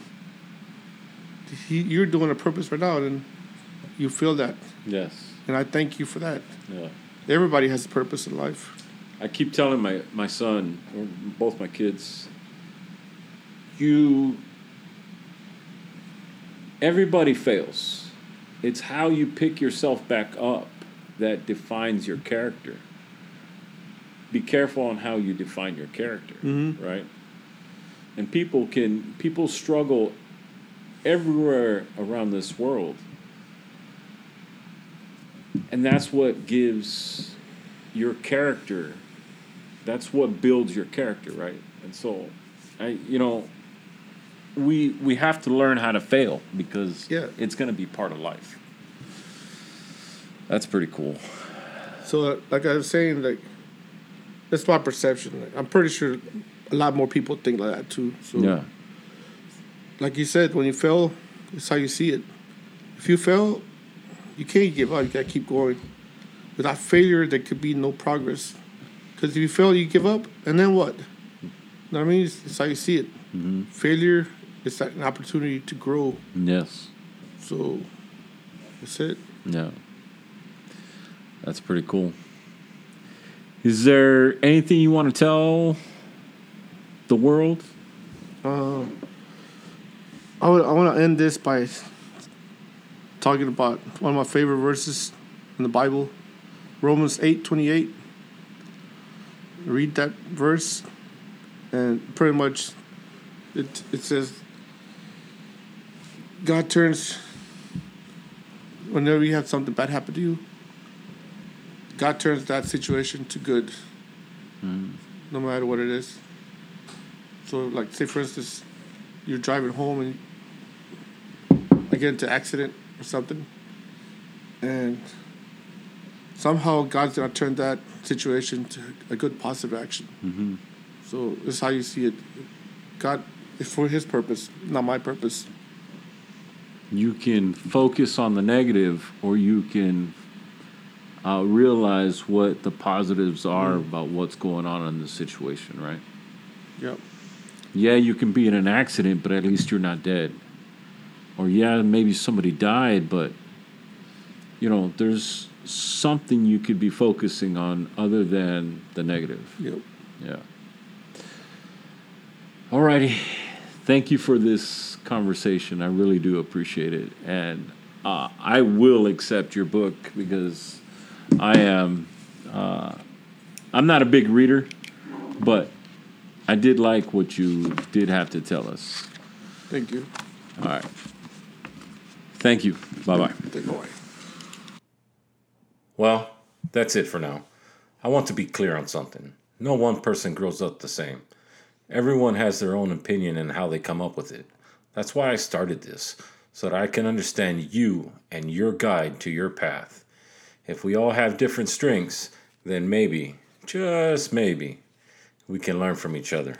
S2: He, you're doing a purpose right now, and you feel that,
S1: Yes.
S2: and I thank you for that.
S1: Yeah.
S2: Everybody has a purpose in life.
S1: I keep telling my, my son, or both my kids, you. Everybody fails. It's how you pick yourself back up that defines your character. Be careful on how you define your character, right? And people can people struggle everywhere around this world. And that's what gives your character, that's what builds your character, right? And so, I, you know, we we have to learn how to fail because
S2: Yeah.
S1: it's going to be part of life. That's pretty cool.
S2: So, uh, like I was saying, like that's my perception. Like, I'm pretty sure a lot more people think like that too. So,
S1: Yeah.
S2: like you said, when you fail, it's how you see it. If you fail, you can't give up. You gotta keep going. Without failure, there could be no progress. Because if you fail, you give up, and then what? You know what I mean? It's, it's how you see it. Failure is like an opportunity to grow.
S1: Yes.
S2: So that's it.
S1: Yeah. That's pretty cool. Is there anything you want to tell the world?
S2: I want to end this by talking about one of my favorite verses in the Bible, Romans eight twenty eight. Read that verse, and pretty much, it it says, God turns. Whenever you have something bad happen to you, God turns that situation to good, no matter what it is. So, like, say for instance, you're driving home and I get into accident or something, and somehow God's gonna turn that situation to a good positive action. Mm-hmm. So it's how you see it. God, it's for His purpose, not my purpose.
S1: You can focus on the negative, or you can uh, realize what the positives are about what's going on in the situation, right?
S2: Yep.
S1: yeah, you can be in an accident, but at least you're not dead. Or yeah, maybe somebody died, but you know, there's something you could be focusing on other than the negative.
S2: Yep.
S1: Yeah. Alrighty. Thank you for this conversation. I really do appreciate it. And uh, I will accept your book because I am uh, I'm not a big reader, but I did like what you did have to tell us.
S2: Thank you.
S1: All right. Thank you. Bye bye.
S2: Take away.
S4: Well, that's it for now. I want to be clear on something. No one person grows up the same. Everyone has their own opinion and how they come up with it. That's why I started this, so that I can understand you and your guide to your path. If we all have different strengths, then maybe, just maybe, we can learn from each other.